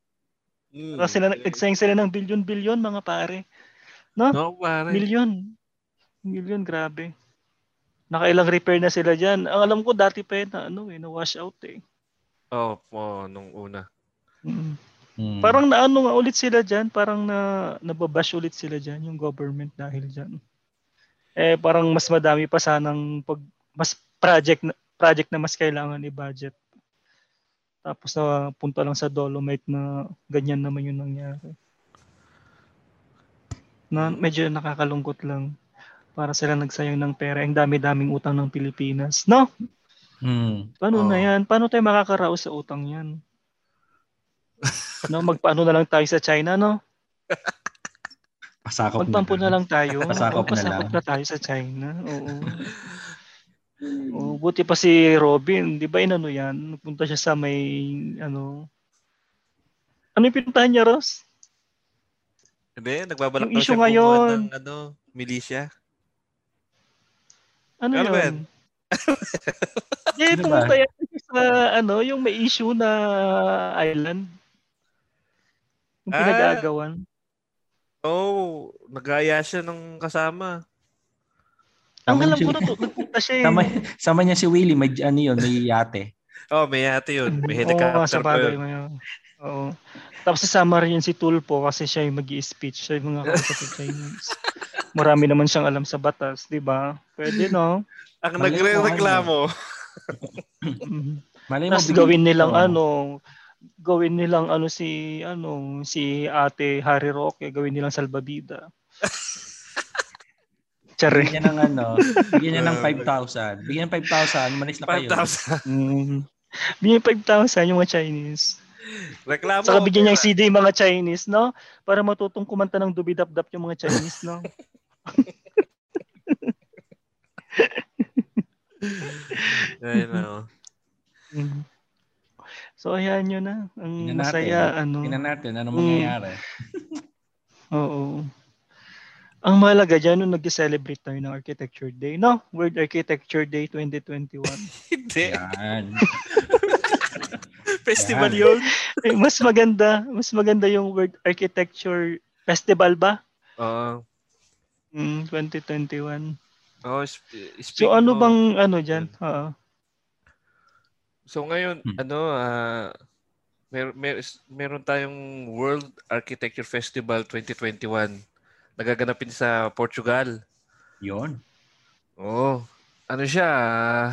B: Mm.
A: Tapos sila, nagsayang sila ng bilyon-bilyon, mga pare. No?
B: No, pare.
A: Milyon. Milyon, grabe. Nakailang repair na sila dyan. Ang alam ko, dati pa yun na, ano eh, na wash out eh.
B: Oh, po, nung una.
A: Mm.
C: Mm.
A: Parang naano nga ulit sila dyan, parang na, nababash ulit sila dyan, yung government dahil dyan. Eh, parang mas madami pa sanang pag, mas project na, project na mas kailangan i-budget. Tapos na punta lang sa Dolomite na ganyan naman yung nangyari. Na, medyo nakakalungkot lang para sila nagsayang ng pera. Ang dami-daming utang ng Pilipinas. No?
C: Mm.
A: Paano na
B: Oo.
A: yan? Paano tayo makakaraos sa utang yan? no, magpaano na lang tayo sa China, no?
C: Pasakop
A: Magtampo na lang tayo. Pasakop,
C: Pasakop na
A: pasakop
C: lang.
A: na, tayo sa China. Oo. Oo, buti pa si Robin, 'di ba inano 'yan? Nagpunta siya sa may ano Ano yung pinuntahan niya, Ross?
B: Hindi, nagbabalak
A: Yung
B: daw
A: issue
B: siya gumawa
A: ngayon.
B: ng ano, militia.
A: Ano
B: Ano ba
A: yun?
B: yan?
A: Hindi,
C: Ano ba?
A: pumunta yan sa ano, yung may issue na island. Yung
B: Ah.
A: pinag-aagawan.
B: Oh, nagaya siya ng kasama.
A: Ang
C: Tama
A: alam
C: yun.
A: ko na to, nagpunta siya eh.
C: Sama, sama niya si Willie, may ano yun, may yate.
B: Oh, may ate yun. May
A: Oo,
B: helicopter
A: sa
B: pa
A: bagay
B: yun.
A: mo yun. Oo. Tapos sasama rin yun si Tulpo kasi siya yung mag speech Siya yung mga kausap ng Chinese. Marami naman siyang alam sa batas, di ba? Pwede, no?
B: Ang
C: Mali-
B: nagre-reklamo.
A: Mhm.
C: Malay mo,
A: Tapos
C: bigyan-
A: gawin nilang
C: Oo.
A: ano, gawin nilang ano si, ano, si ate Harry Roque, gawin nilang salbabida. Tsari.
C: Bigyan niya ng ano, bigyan niya ng 5,000. Bigyan ng 5,000, manis na kayo.
B: 5,000.
A: Mm. Bigyan 5,000 yung mga Chinese.
B: Reklamo.
A: Saka bigyan niya yung CD yung mga Chinese, no? Para matutong kumanta ng dubidapdap yung mga Chinese, no?
B: Ayun, ano.
A: Mm. So ayan yun na. Ang
C: Tingnan natin.
A: masaya ano.
C: Tingnan natin, ano
A: Mm.
C: mangyayari.
A: Oo. Ang mahalaga dyan nung nag-celebrate tayo ng Architecture Day, no? World Architecture Day 2021.
B: Hindi.
C: Yan.
B: Festival
C: Yan.
B: yun.
A: Eh, mas maganda, mas maganda yung World Architecture Festival ba?
B: Oo.
A: Mm, 2021.
B: Oh, sp- speak
A: So
C: oh.
A: ano
B: mo.
A: bang ano dyan? Oo.
B: So ngayon,
C: Hmm.
B: ano, ah mer- mer- is- meron tayong World Architecture Festival 2021. Nagaganapin sa Portugal.
C: Yun.
B: Oo. Ano siya? ah,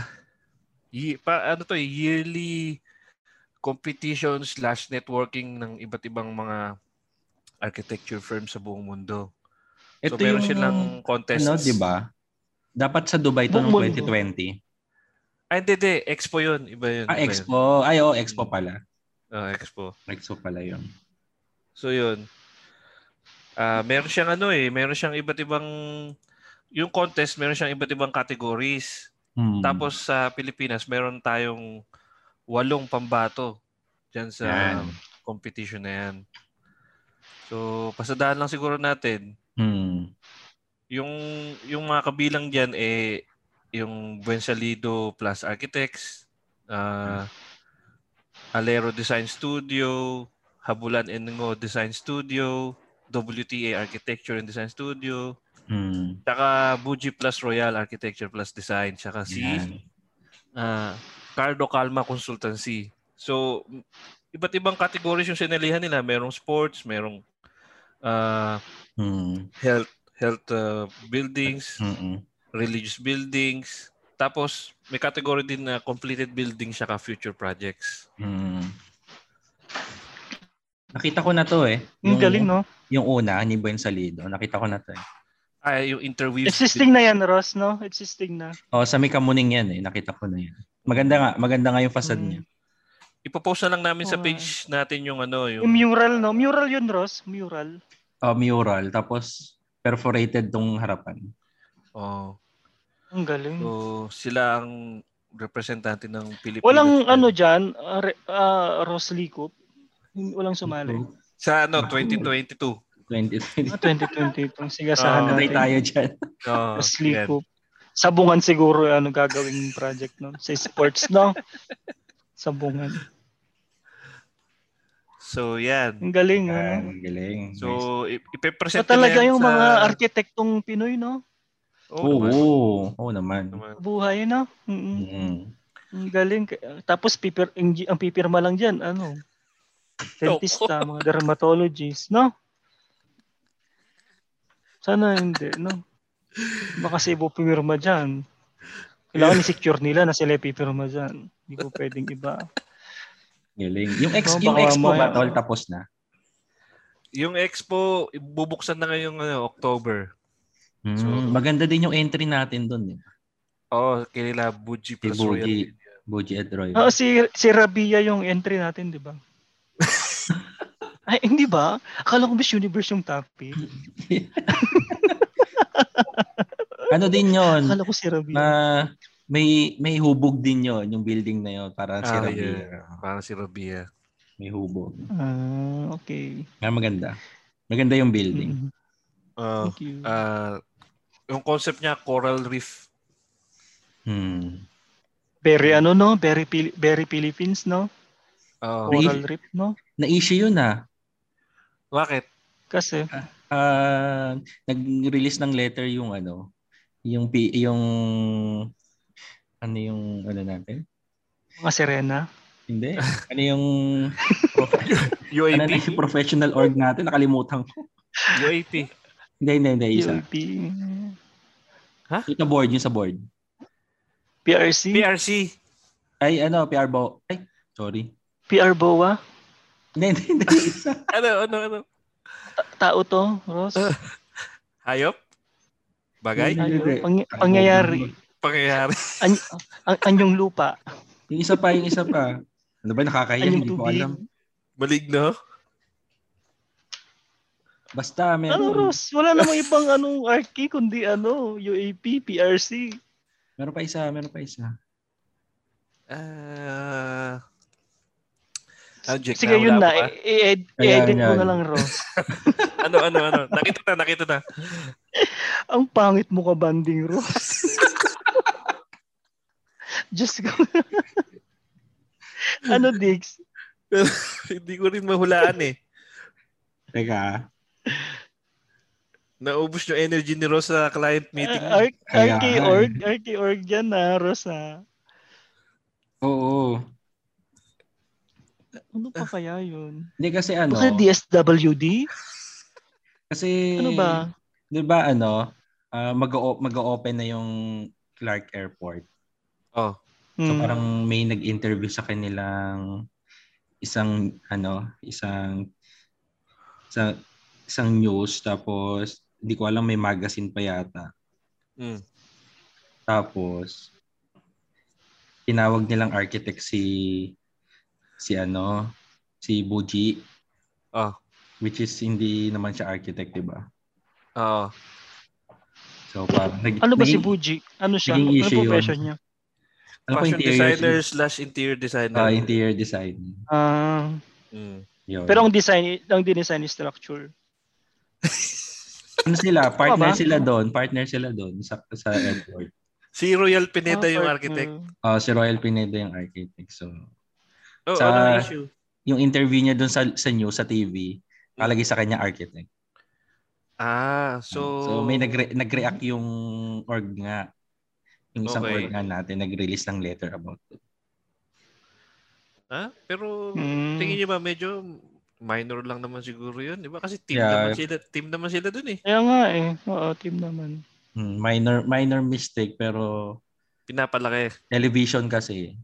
B: Ye- pa, ano to, eh, yearly competition slash networking ng iba't ibang mga architecture firms sa buong mundo. So,
C: Ito
B: meron
C: yung,
B: silang contests.
C: ano, di ba? Dapat sa Dubai to
A: Buong
C: ng
A: mundo.
C: 2020.
B: Ay, Ah, hindi, hindi. Expo yun. Iba yun.
C: Ah,
B: iba yun.
C: Expo. Ay, oh, Expo pala.
B: Ah, expo.
C: Expo pala yun.
B: So yun. Ah, meron siyang ano eh, meron siyang iba't ibang yung contest, meron siyang iba't ibang categories.
C: Hmm.
B: Tapos sa Pilipinas, meron tayong walong pambato diyan sa
C: Yan.
B: competition na yan. So, pasadaan lang siguro natin.
C: Hmm.
B: Yung yung mga kabilang diyan eh yung Buensalido Plus Architects, ah, Alero Design Studio, Habulan Engo Design Studio, WTA Architecture and Design Studio,
C: Hmm.
B: saka Buji Plus Royal Architecture Plus Design, E saka si
C: Yan.
B: ah, Cardo Calma Consultancy. So, m- iba't ibang categories yung sinalihan nila. Merong sports, merong ah,
C: Hmm.
B: health, health ah, buildings,
C: Mm-mm.
B: religious buildings. Tapos, may category din na completed buildings saka future projects.
C: Hmm. Nakita ko na to eh.
A: Ang galing, no?
C: Yung una, ni Buen Salido. Nakita ko na to eh.
B: Ay, Ah, yung interweaves.
A: Existing na yan, Ross, no? Existing na.
C: Oh, sa may kamuning yan eh. Nakita ko na yan. Maganda nga. Maganda nga yung facade
A: Hmm.
C: niya.
B: Ipopost na lang namin sa
A: Oo.
B: page natin yung ano, yung...
A: Oh. Yung mural, no? Mural yun, Ross. Mural.
C: Oh, mural. Tapos perforated tong harapan.
B: Oh,
A: Ang galing.
B: so, sila ang representante ng Pilipinas.
A: Walang ano dyan, uh, re- uh, Ross Licup. Walang sumali.
B: Sa ano, 2022.
C: 2020.
A: Ah, 2020 itong sigasahan
B: Oo.
C: Patay
A: Ah, natin.
C: tayo dyan.
B: Oh,
A: Ross
B: yan.
A: Licup. Sabungan siguro ano gagawing project no? Sa sports, no? Sabungan.
B: So, yan.
A: Ang galing,
C: Ah,
A: ano?
C: ang galing. Nice.
B: So, i-
A: So
B: ipipresent nila
A: talaga
B: yan
A: yung
B: sa...
A: mga arkitektong Pinoy, no?
B: Oo, oh,
C: oo,
B: naman,
C: oo, oo naman.
B: naman.
A: Buhay, no? Mm-mm.
C: Mm.
A: Ang galing. Tapos pipir, ang, ang pipirma lang dyan, ano? Dentista, mga dermatologist, no? Sana hindi, no? Baka si Ibo pumirma dyan. Kailangan i-secure nila na sila pipirma dyan. Hindi ko pwedeng iba.
C: Galing. Yung ex,
A: Oo, Oh,
C: yung
A: baka
C: ex po
A: mamaya.
C: ba, tol, tapos na?
B: Yung expo, bubuksan na ngayong ano, October.
C: Mm,
B: So-
C: maganda din yung entry natin doon. Eh.
B: Oo, oh, kinila Buji plus
C: Buji.
B: Royal. Tin yan.
C: Boji at Roy.
A: Oo, Ah, si, si Rabia yung entry natin, di ba? Ay, hindi ba? Akala ko Miss Universe yung topic.
C: ano din yon?
A: Akala ko si Rabia.
C: Ma, may may hubog din yon yung building na yon para si
B: Ah,
C: Rabi.
B: yeah. Parang si Rabia.
C: May hubog.
A: Ah, okay.
C: Nga maganda. Maganda yung building.
A: Mm,
B: Oo.
A: Thank you.
B: Ah, yung concept niya, Coral Reef.
C: Hmm.
A: Very ano, no? Very, Pil- very Philippines, no?
B: Oo.
C: Really?
A: Coral Reef, no?
C: Na-issue yun ah.
B: Bakit?
A: Kasi,
C: Ah, nag-release ng letter yung ano, yung P- yung ano yung ano natin?
A: mga Serena.
C: Hindi. Ano yung ano na yung
B: UAP?
C: professional org natin? Nakalimutan ko.
B: UAP.
C: Hindi, hindi, hindi. Isa.
A: PLP.
C: Yung sa board, yung sa board.
A: PRC.
B: PRC.
C: Ay, ano, PR bo. Ay, sorry.
A: PR BOA.
C: Hindi, hindi, hindi. Isa.
B: Ano, ano, ano?
A: Tao to, Ross.
B: Hayop? Bagay?
C: Hmm.
A: Ano,
C: Ah, hindi.
A: pang- pangyayari.
B: Pangyayari?
A: An- ang- anyong lupa.
C: Yung isa pa, yung isa pa. Ano ba, nakakahiya,
A: Anyong
C: hindi ko
A: tubig.
C: alam.
B: Maligno?
C: Basta,
A: Ano,
C: meron.
A: Ross? Wala namang ibang anong RK kundi ano, UAP, PRC.
C: Meron pa isa, meron pa isa.
B: Ah... Ah, Jack,
A: Sige,
B: na,
A: yun na.
B: wala pa.
A: I- i-
C: Ayan,
A: I-edit mo
C: yan.
A: na lang, Ross.
B: ano, ano, ano? Nakita na, nakita na.
A: Ang pangit mo ka, banding, Ross. Just ko. ano, Dix?
B: Hindi ko rin mahulaan eh.
C: Teka,
B: Naubos yung energy ni Ross sa client meeting.
A: Ah, R-
C: Ayan.
A: RK org,
C: eh.
A: RK org yan na, Ross ah. ha.
C: oo.
A: Ano pa kaya yun?
C: Hindi kasi Ah. ano,
A: Baka DSWD?
C: kasi,
A: Ano ba?
C: di ba ano, ah, mag-o- mag-open na yung Clark Airport.
B: Oh.
C: So
A: Mm.
C: parang may nag-interview sa kanilang isang ano, isang sa isang news tapos hindi ko alam may magazine pa yata.
B: Mm.
C: Tapos tinawag nilang architect si si ano, si Buji
B: Oh.
C: which is hindi naman siya architect, 'di ba?
B: Oo.
C: So parang nag-
A: Ano ba si
C: naging-
A: Buji? Ano siya?
C: naging
A: Ano
C: issue
A: profession niya?
C: Ano ba,
B: Fashion
C: interior
B: designer slash interior designer.
C: Ah, interior design.
A: Ah,
B: Mm.
C: Yun.
A: pero ang design, ang dinesign is structure.
C: ano sila, partner
A: ba?
C: sila doon, partner sila doon sa sa airport.
B: Si Royal Pineda
A: Ah,
B: yung
A: partner.
B: architect.
C: Ah, si Royal Pineda yung architect. So,
B: Oh,
C: Sa-
B: ano yung issue?
C: yung interview niya doon sa, sa news, sa TV, kalagay sa kanya architect.
B: Ah, so...
C: may nagre- nag-react yung org nga. Yung isang
B: Okay.
C: org nga natin, nag-release ng letter about it.
B: Ah, pero
A: Mm.
B: tingin niyo ba medyo minor lang naman siguro yun, di ba? Kasi team
C: Yeah.
B: naman sila, team naman sila dun eh.
A: Kaya nga eh. Oo, team naman.
C: Hmm, minor, minor mistake, pero
B: Pinapalaki.
C: television kasi,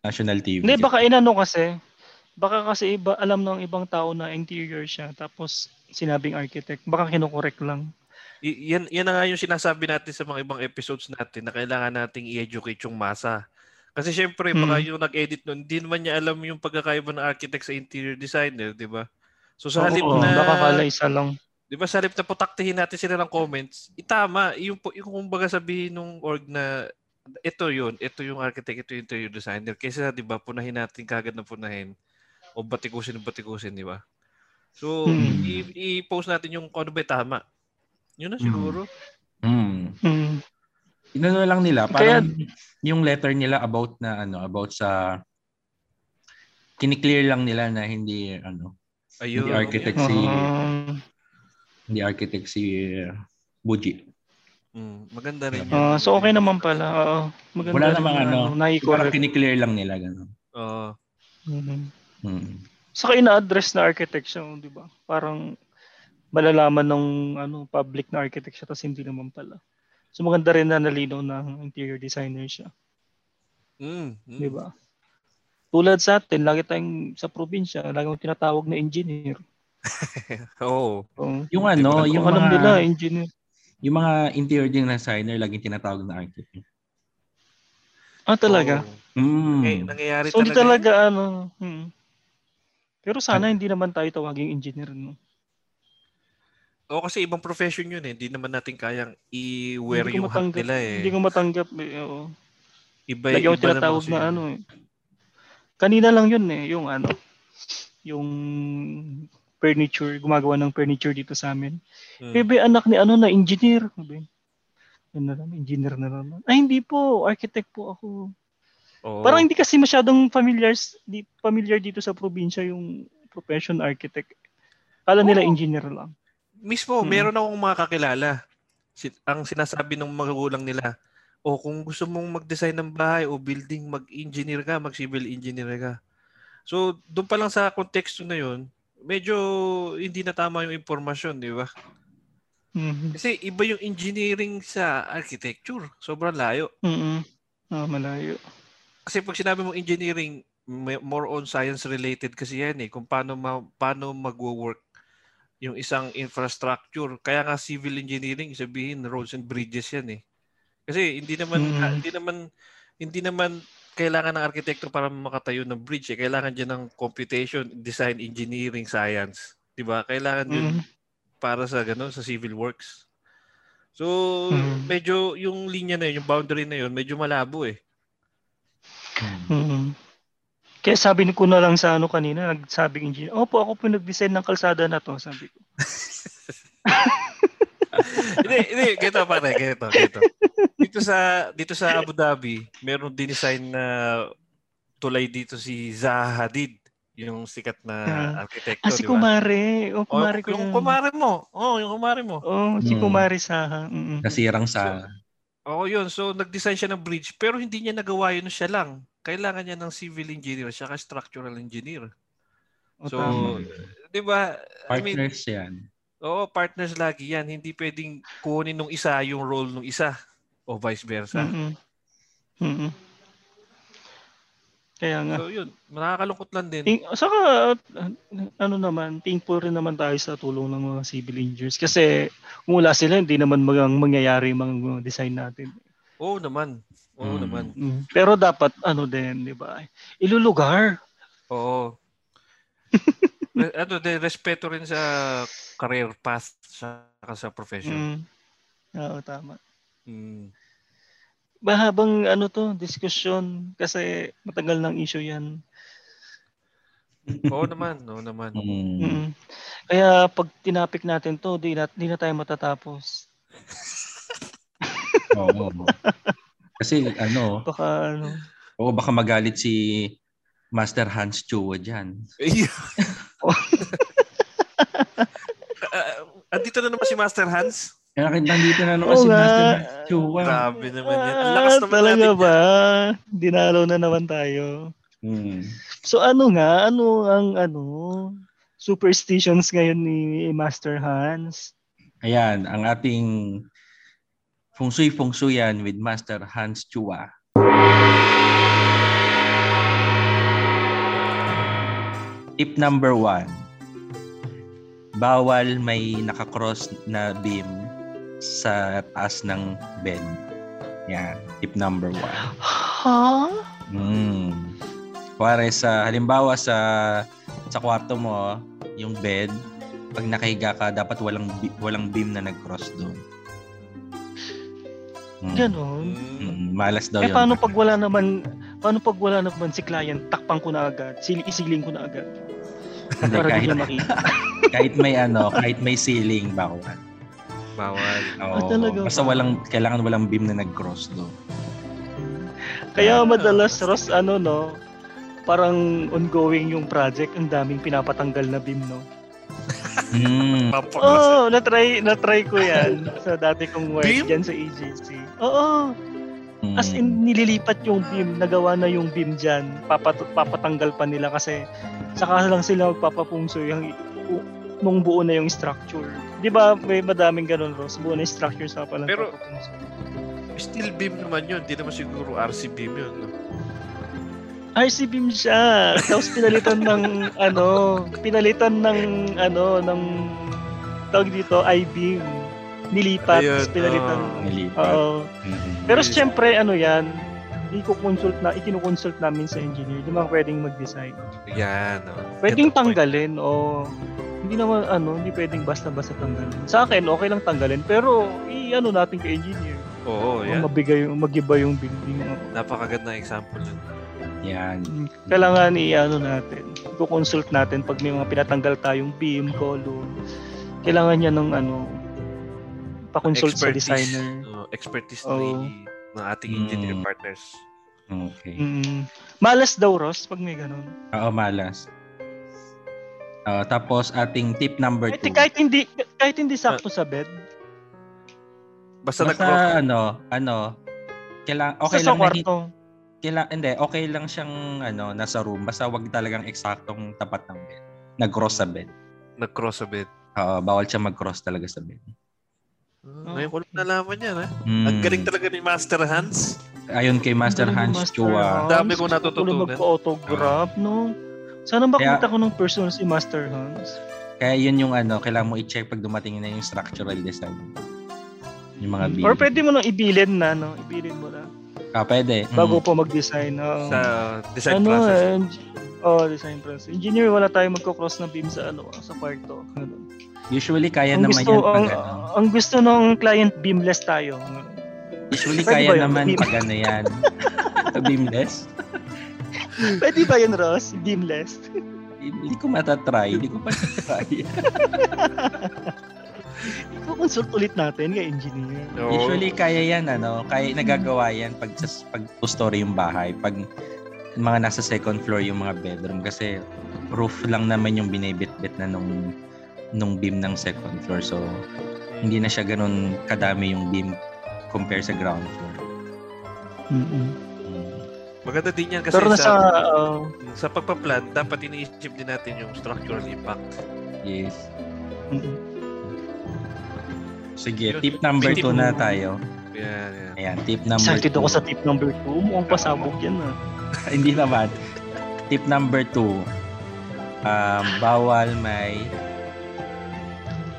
C: national TV.
A: Hindi, baka inano kasi. Baka kasi iba, alam ng ibang tao na interior siya. Tapos sinabing architect. Baka kinokorek lang.
B: Y- yan, yan na nga yung sinasabi natin sa mga ibang episodes natin na kailangan nating i-educate yung masa. Kasi syempre,
A: Mm.
B: baka yung nag-edit nun, hindi naman niya alam yung pagkakaiba ng architect sa interior designer, di ba? So sa halip
A: Oo,
B: na,
A: Baka kala isa lang.
B: di ba, sa halip na putaktihin natin sila ng comments, itama, yung, po- yung kumbaga sabihin nung org na ito yun, ito yung architect, ito yung interior designer. Kaysa, di ba, punahin natin kagad na punahin o batikusin batikusin, di ba? So,
A: Mm.
B: i- i-post natin yung kung ano ba yung tama. Yun na
C: Mm.
B: siguro.
C: Hmm.
A: Mm.
C: Inano lang nila, parang yung letter nila about na ano, about sa kiniklear lang nila na hindi ano,
B: Ayun.
C: The architect si-
A: Ah,
C: hindi architect si uh, Buji.
B: Mm, maganda rin yun.
A: ah, so okay naman pala. Oo. Maganda
C: Wala
A: rin
C: namang
A: na,
C: ano, Parang
A: Naikot.
C: kiniklear lang nila ganun.
B: Oo.
A: Mhm.
C: Mm.
A: Saka ina-address na architect siya, di ba? Parang malalaman ng ano, public na architect siya tapos hindi naman pala. So maganda rin na nalino ng interior designer siya,
B: Mm, mm.
A: di ba? Tulad sa atin, lagi tayong sa probinsya, lagi tayong tinatawag na engineer.
B: Oo.
A: Kung,
C: Yung ano,
A: kung
C: yung
A: alam
C: mga,
A: nila, eh. engineer.
C: yung mga interior designer laging tinatawag na architect.
A: Ah, talaga?
B: Oo.
C: Mm.
B: Eh, nangyayari
A: so hindi
B: talaga.
A: talaga, ano. hmm. Pero sana hindi naman tayo tawaging engineer, no?
B: Oo, kasi ibang profession yun eh. Hindi naman natin kayang i-wear
A: Hindi ko
B: yung hat
A: matanggap.
B: nila eh.
A: Hindi ko matanggap. Eh, oo.
B: Iba,
A: Lagi akong
B: iba naman
A: tinatawag
B: kasi
A: na
B: yun.
A: ano eh. Kanina lang yun eh, yung ano, yung furniture, gumagawa ng furniture dito sa amin.
B: Mm.
A: Bebe, anak ni ano na engineer. Sabi, Ano na lang, engineer na lang. Ay, hindi po, architect po ako.
B: Oo.
A: Parang hindi kasi masyadong familiar, di, familiar dito sa probinsya yung profession architect. Kala nila
B: Oo.
A: engineer lang.
B: Mismo,
A: Mm.
B: meron akong mga kakilala. Si- ang sinasabi ng magulang nila, o kung gusto mong mag-design ng bahay o building, mag-engineer ka, mag-civil engineer ka. So, doon pa lang sa konteksto na yun, medyo hindi na tama yung impormasyon, di ba?
A: Mhm.
B: Kasi iba yung engineering sa architecture. Sobrang layo.
A: Mhm. Ah, malayo.
B: Kasi pag sinabi mong engineering, may- more on science related kasi yan eh kung paano ma- paano magwo-work yung isang infrastructure. Kaya nga civil engineering sabihin roads and bridges yan eh. Kasi hindi naman
A: Mm.
B: ah, hindi naman hindi naman kailangan ng arkitekto para makatayo ng bridge eh. Kailangan din ng computation, design, engineering, science. 'Di ba? Kailangan din
A: Mhm.
B: para sa ganun sa civil works. So,
A: Mm.
B: medyo yung linya na yun, yung boundary na yun, medyo malabo eh.
C: Mm.
A: Mhm. Kaya sabi ko na lang sa ano kanina, nagsabi ng engineer, opo ako po nag-design ng kalsada na to, sabi ko.
B: hindi, hindi, ganito pare, ganito, ganito. Dito sa dito sa Abu Dhabi, meron dinesign na tulay dito si Zaha Hadid, yung sikat na
A: Ah.
B: arkitekto,
A: Ah, si
B: di ba?
A: Kumare. O,
B: Oh,
A: Kumare ko
B: yung
A: yan.
B: kumare mo. Oh, yung kumare mo.
A: Oh, si
C: Hmm.
A: Kumare Saha. Mm-hmm. Mm-mm.
C: Nasirang sa
B: Oo, yun. So, nag-design siya ng bridge, pero hindi niya nagawa yun siya lang. Kailangan niya ng civil engineer, siya ka structural engineer.
A: O,
B: So,
A: tama.
C: tama.
B: di ba? I mean,
C: partners yan.
B: oo, partners lagi yan. Hindi pwedeng kunin nung isa yung role nung isa o vice versa.
A: Mm-mm. Mm-mm. Mm-hmm. Kaya nga.
B: So, yun. Nakakalungkot lang din.
A: Ting- saka, uh, ano naman, thankful rin naman tayo sa tulong ng mga civil engineers. Kasi kung wala sila, hindi naman magang mangyayari yung mga design natin.
B: Oo naman. Oo
C: Mm.
B: naman.
A: Mm. Pero dapat, ano din, di ba? Ilulugar.
B: Oo. Re- ano, de, respeto rin sa career path sa, sa profession.
A: Mm. Oo, tama.
B: Mm.
A: Mahabang ano to, diskusyon kasi matagal ng issue 'yan.
B: Mm. Oo naman. Oo naman.
C: Mm.
A: Mm. Kaya pag tinapik natin to, di na, di na tayo matatapos.
C: Oo. Kasi ano,
A: Baka ano,
C: oo baka magalit si Master Hans Chua diyan.
B: Ah, Andito na naman si Master Hans.
C: Eh akin nandito na naman
A: Oo
C: si
A: nga.
C: Master Hans Chua.
B: Grabe naman yan. Ang
A: Ah,
B: lakas naman
A: talaga
B: natin.
A: ba? Dinalo na naman tayo.
C: Mm.
A: So ano nga, ano ang ano superstitions ngayon ni Master Hans?
C: Ayan, ang ating Feng Shui Feng Shui yan with Master Hans Chua. Tip number one. Bawal may nakakross na beam sa taas ng bed. Yan, tip number one.
A: Ha?
C: Mm. Kuwari sa, halimbawa sa, sa kwarto mo, yung bed, pag nakahiga ka, dapat walang, bi- walang beam na nag-cross doon. Mm.
A: Ganon.
B: Mm.
C: Mm, malas daw
A: Eh
C: yun.
A: paano pag wala naman paano pag wala naman si client, takpan ko na agad, sil- isiling ko na agad
C: Hindi,
A: para di
C: kahit,
A: niya makita.
C: kahit may ano, kahit may ceiling, bawal.
B: Bawal.
C: Oo.
A: Ah, talaga
C: Basta
A: ba?
C: walang, kailangan walang beam na nag-cross doon.
A: Kaya madalas Ross ano no, parang ongoing yung project. Ang daming pinapatanggal na beam, no?
C: Mm.
B: Napakasaya.
A: Oo, na-try, na-try ko yan sa dati kong work
E: Beam?
A: dyan sa agency. Oo, as in nililipat yung beam, nagawa na yung beam dyan. Papat- papatanggal pa nila kasi saka lang sila magpapapungso yung u- nung buo na yung structure. Di ba may madaming ganun, Ross? Buo na yung structure sa palang
B: Pero-
A: papapungso.
B: Steel beam naman yun. Hindi naman siguro RC beam yun. Ano no?
A: RC beam siya. Tapos pinalitan ng ano, pinalitan ng ano, ng tawag dito, I-beam. Nilipat,
B: Ayun,
A: tapos pinalitan.
B: oo.
C: Nilipat.
A: Oo.
C: Mm.
A: Pero siyempre, ano yan, i-consult na, ikinukonsult namin sa engineer. Di ba pwedeng mag-design?
B: Yan. Oh.
A: Pwedeng
B: Ganda point.
A: tanggalin o hindi naman ano, hindi pwedeng basta-basta tanggalin. Sa akin, okay lang tanggalin. Pero, i-ano natin kay engineer.
B: Oo,
A: Yeah.
B: yan.
A: Mabigay, yung- mag-iba yung building.
B: Napakaganda example yun.
C: Yan.
A: Mm, Kailangan i-ano natin. I-consult natin pag may mga pinatanggal tayong beam, column. Kailangan niya ng ano, pa-consult sa designer.
B: oh, expertise
A: Oo.
B: ni ng ating engineer
C: Mm.
B: partners.
C: Okay.
A: Mm. Malas daw, Ross, pag may ganun.
C: Oo, malas. Oo, tapos ating tip number
A: Kahit,
C: two.
A: kahit hindi kahit hindi sakto sa bed.
B: Basta,
C: Basta
B: nag
C: ano, ano, kailang, okay
A: sa
C: lang na,
A: kwarto.
C: kailang, hindi, okay lang siyang ano, nasa room. Basta wag talagang eksaktong tapat ng bed. Nag-cross sa bed.
B: nag-cross a bit.
C: Oo, bawal siya mag-cross talaga sa bed.
B: Ah, Ngayon ko lang nalaman yan. Ha?
C: Mm.
B: Ang galing talaga ni Master Hans.
C: Ayon kay Master
A: Ang galing ni
C: Hans
A: Mm, Master
C: Chua.
A: Hans.
B: Dami kong
A: Tuloy
B: natututunan.
A: magpa-autograph, no? Sana makita ko ng personal si Master Hans.
C: Kaya yun yung ano, kailangan mo i-check pag dumating na yung structural design. Yung mga
A: Hmm. Or
C: building.
A: pwede mo nang ibilin na, no? Ibilin mo na.
C: Ah, pwede. Mm.
A: Bago po mag-design. oo.
B: Sa design
A: ano,
B: process.
A: eh, oh, design process. Engineer, wala tayong magko-cross na beam sa ano, sa kwarto. Ganun.
C: Usually, kaya
A: Ang
C: naman
A: gusto,
C: yan pag
A: ang,
C: ano.
A: ang gusto ng client, beamless tayo.
C: Usually,
A: Pwede
C: kaya
A: ba yun?
C: naman
A: Beam-
C: pag ano yan. Beamless.
A: Pwede ba yun, Ross? Beamless?
C: Hindi ko matatry. Hindi ko pa try.
A: Iko-consult ulit natin kay engineer.
B: Oo.
C: Usually, kaya yan, ano. Kaya nagagawa yan pag, sa, pag two-story yung bahay. Pag mga nasa second floor yung mga bedroom. Kasi roof lang naman yung binibitbit na nung nung beam ng second floor. So, hindi na siya ganun kadami yung beam compare sa ground floor. Mm.
B: Maganda din yan kasi
A: Pero nasa, uh,
B: sa,
A: oo.
B: sa pagpa-plan, dapat iniisip din natin yung structural impact.
C: Yes.
A: Mm-mm.
C: Sige,
B: Yun.
C: tip number
B: Tip
C: 2 na tayo.
B: Yan, yan.
C: Ayan, tip number
A: Excited
C: two.
A: ako sa tip number 2. Mukhang pasabog yan ah.
C: Hindi naman. Tip number two. Um, bawal may...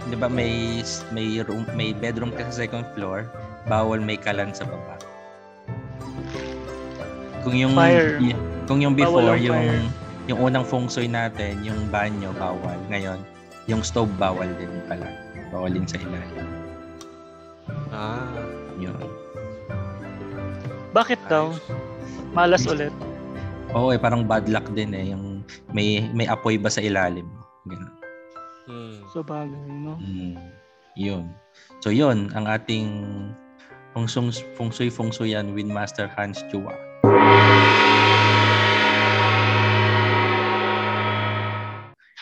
C: Di ba may, may, room, may bedroom ka sa second floor, bawal may kalan sa baba. Kung yung
A: Fire.
C: y- kung yung before
A: Bawal ang
C: yung
A: fire.
C: yung unang feng shui natin, yung banyo bawal. Ngayon, yung stove bawal din pala. Bawalin sa ilalim.
B: Ah,
C: Yun.
A: Bakit daw?
B: ayos.
A: Malas ulit.
C: Oo, eh, parang bad luck din eh. Yung may may apoy ba sa ilalim. Ganun.
B: Hmm.
A: So bagay, no?
C: Mm, yun. So yun, ang ating feng sung- feng shui feng shui yan with Master Hans Chua.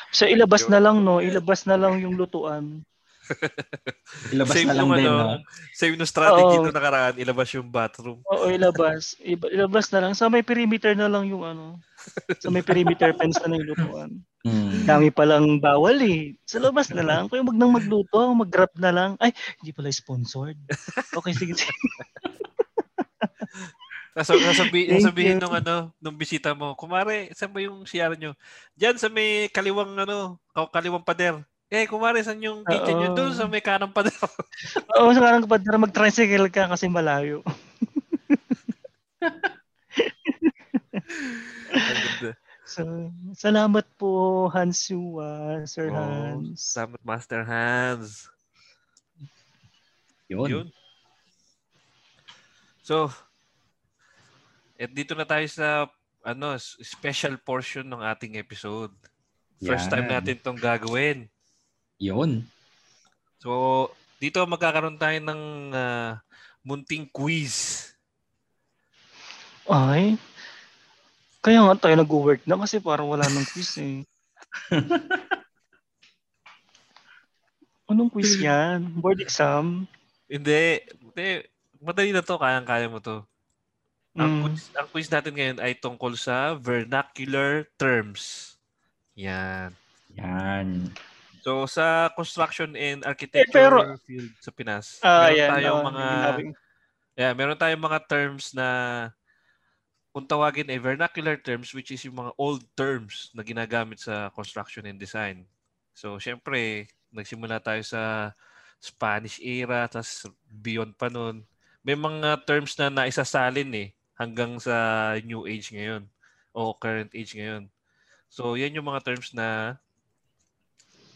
A: So ilabas na lang, no? Ilabas na lang yung lutuan.
C: Ilabas
B: Same
C: na lang
B: yung
C: din,
B: ano,
C: no?
B: Same yung strategy
A: Oo.
B: na nakaraan, ilabas yung bathroom.
A: Oo, ilabas. Iba- Ilabas na lang. Sa may perimeter na lang yung ano. Sa may perimeter fence na lang yung lutuan.
C: Mm.
A: Dami palang bawal eh. Sa labas na lang. Kung wag nang magluto, mag-grab na lang. Ay, hindi pala sponsored. Okay, sige. sige.
B: Nasa, nasabi,
A: Thank
B: nasabihin
A: you.
B: nung ano, nung bisita mo, kumare, saan ba yung CR nyo? Diyan sa may kaliwang ano, kaw- kaliwang pader. Eh, kumare, saan yung kitchen nyo?
A: Oo.
B: Doon sa may kanang pader.
A: Oo, sa karang kapatid, mag-tricycle ka kasi malayo.
B: Ang ganda.
A: So, salamat po, Hans Yua, Sir
B: Oo,
A: Hans.
B: Salamat, Master Hans.
C: Yun.
B: Yun. So, at dito na tayo sa ano, s- special portion ng ating episode. First time
C: Yan.
B: natin tong gagawin.
C: Yun.
B: So, dito magkakaroon tayo ng ah, munting quiz.
A: Ay, Kaya nga tayo nag-work na kasi parang wala nang quiz eh. Anong quiz yan? Board exam?
B: Hindi. Hindi. Madali na to. Kayang-kaya mo to. Ang,
A: Mm.
B: quiz, ang quiz natin ngayon ay tungkol sa vernacular terms. Yan.
C: Yan.
B: So, sa construction and architecture
A: Eh, pero-
B: field sa Pinas,
A: Ah,
B: meron
A: yan.
B: tayong
A: oh,
B: mga
A: sinabi-
B: yeah, meron tayong mga terms na kung tawagin ay vernacular terms which is yung mga old terms na ginagamit sa construction and design. So, syempre, nagsimula tayo sa Spanish era, tas beyond pa nun. May mga terms na naisasalin eh hanggang sa new age ngayon o current age ngayon. So, yan yung mga terms na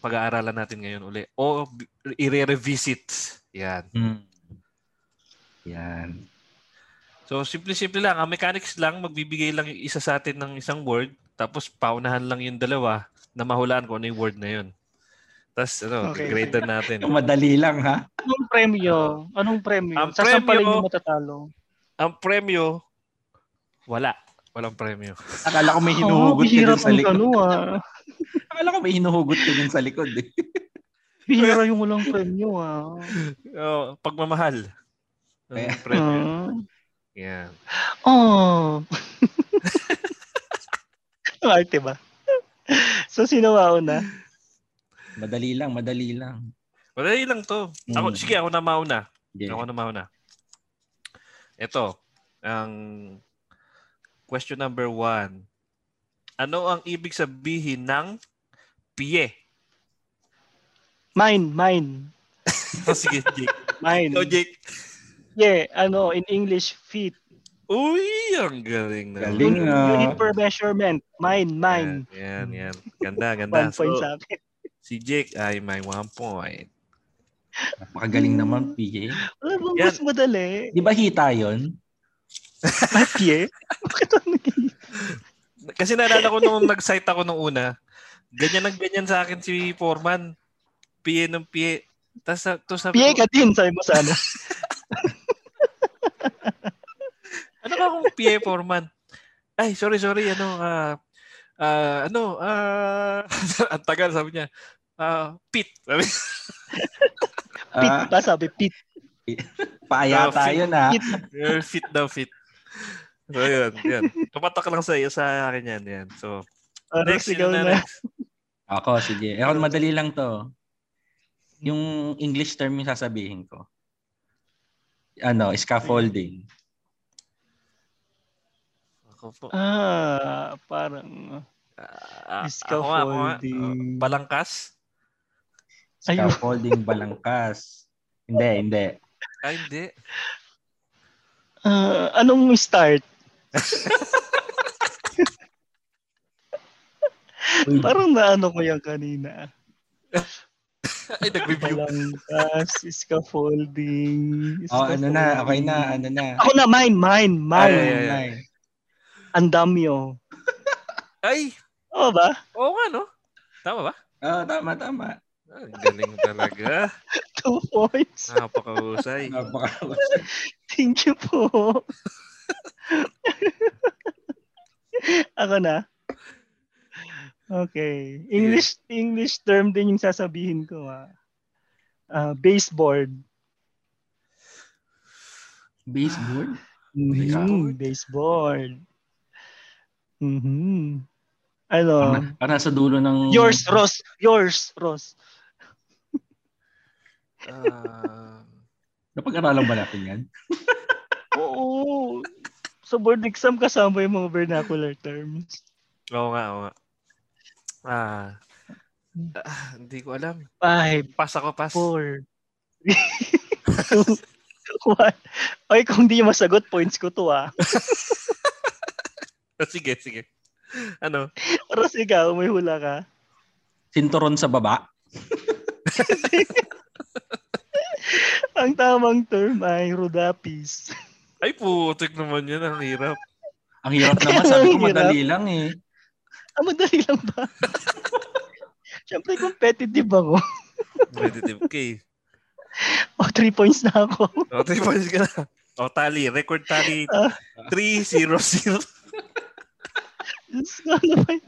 B: pag-aaralan natin ngayon uli. O b- i-revisit. Yan.
C: Mm. Yan.
B: So, simple-simple lang. Ang mechanics lang, magbibigay lang yung isa sa atin ng isang word, tapos paunahan lang yung dalawa na mahulaan ko ano yung word na yun. Tapos, ano,
A: Okay.
B: gradean natin.
C: Madali lang ha.
A: Anong premyo? Anong premyo?
B: Ang
A: Sasampalin
B: premyo-
A: yung matatalo.
B: Ang premyo, wala. Walang premyo.
C: Akala ko may
A: Oo,
C: hinuhugot
A: Ah,
C: ka
A: bihira
C: dun sa
A: tong
C: likod.
A: ano ah.
C: Akala ko may hinuhugot ka dun sa likod eh.
A: Bihira yung walang premyo ah.
B: Oh, pagmamahal. Ang
C: Kaya-
B: premyo.
A: Ah.
B: Yan.
A: Oh. Arte ba? So, sino mauna?
C: Madali lang, madali lang.
B: Madali lang to. Ako,
C: Mm.
B: sige, ako na mauna.
C: Okay.
B: Ako na mauna. Ito, ang question number one. Ano ang ibig sabihin ng pie?
A: Mine, mine.
B: Oh, sige, Jake.
A: Mine.
B: Ikaw, Oh, Jake.
A: Yeah, ano, in English, feet.
B: Uy, ang galing na.
C: Galing
A: Un-
C: ah.
A: Unit per measurement. Mine, mine.
B: Yan, yan, yan. Ganda, ganda.
A: One point
B: So,
A: sa akin.
B: si Jake ay may one point.
C: Makagaling naman, PJ.
A: Wala bang
B: Yan.
A: mas madali?
C: Di ba hita yun?
A: Matye? Bakit ang naging...
B: Kasi naalala ko nung nag-site ako nung una, ganyan ang ganyan sa akin si Foreman. Pie ng pie. Tapos sa- to sabi
A: Pie
B: ko,
A: ka din, sabi mo sana.
B: Ano ka kung PA foreman? Ay, sorry, sorry. Ano, ah, ah, ano, ah, ang tagal, sabi niya. Ah, pit. Sabi,
A: Pit
C: Ah,
A: ba? Sabi, pit.
C: paayata
B: Ah,
C: yun ha.
A: Pit.
B: eh, fit daw, fit. So, yun, yun. Tumatak lang sa iyo, sa akin yan, yan. So,
A: Parang
B: next,
A: sigaw na.
B: yun na, next.
C: Ako, sige. Ewan, madali lang
A: Hmm.
C: to. Yung English term yung sasabihin ko. Ano, scaffolding.
B: Ako po.
A: Ah, parang...
B: Ah, ako nga, ako nga.
A: Scaffolding.
B: Balangkas?
A: Ayun.
C: Scaffolding, balangkas. Hindi, hindi.
B: Ay, hindi.
A: Ah, anong start?
C: Uy,
A: Parang naano ko yan kanina.
B: Ay, nag-review.
A: Balangkas, scaffolding. Ah,
C: oh, ano na, okay na, ano na.
A: Ako na, mine, mine,
B: Ay,
A: mine.
B: ay, ay.
C: Ay, eh.
A: Andamyo.
B: Ay,
A: Oo ba?
B: oo nga, no? Tama ba?
C: Oo, Oh, tama, tama.
B: Ah, galing talaga.
A: Two
B: Ah.
A: points.
B: Napakausay.
C: Napaka-
A: Thank you po. Ako na. Okay. English English term din yung sasabihin ko ah. Ah, baseboard.
C: Baseboard?
A: Mhm, baseboard. Mhm. Ano?
C: Parang parang sa dulo ng...
A: Yours, Ross. Yours, Ross.
B: Ah,
C: Napag-aralan ba natin yan?
A: Oo. Sa board exam kasama yung mga vernacular terms.
B: Oo nga, oo nga. Ah, ah, hindi ko alam.
A: Five,
B: Pass ako, pass.
A: four, two, one. Oy, kung di nyo masagot, points ko to ah.
B: Sige, sige. Ano?
A: Ross, ikaw, may hula ka.
C: Sinturon sa baba?
A: Ang tamang term ay rudapis.
B: Ay, putik naman yan. Ang hirap.
C: Ang hirap naman.
A: Ang
C: Sabi ko
A: hirap.
C: madali lang eh.
A: Ah, madali lang ba? Siyempre, competitive ako.
B: Competitive K.
A: O, three points na ako.
B: O, Oh, three points Oh, Ah. ka na. O, tally. Record tally.
A: Ah.
B: 3-0-0.
A: ano ba yun?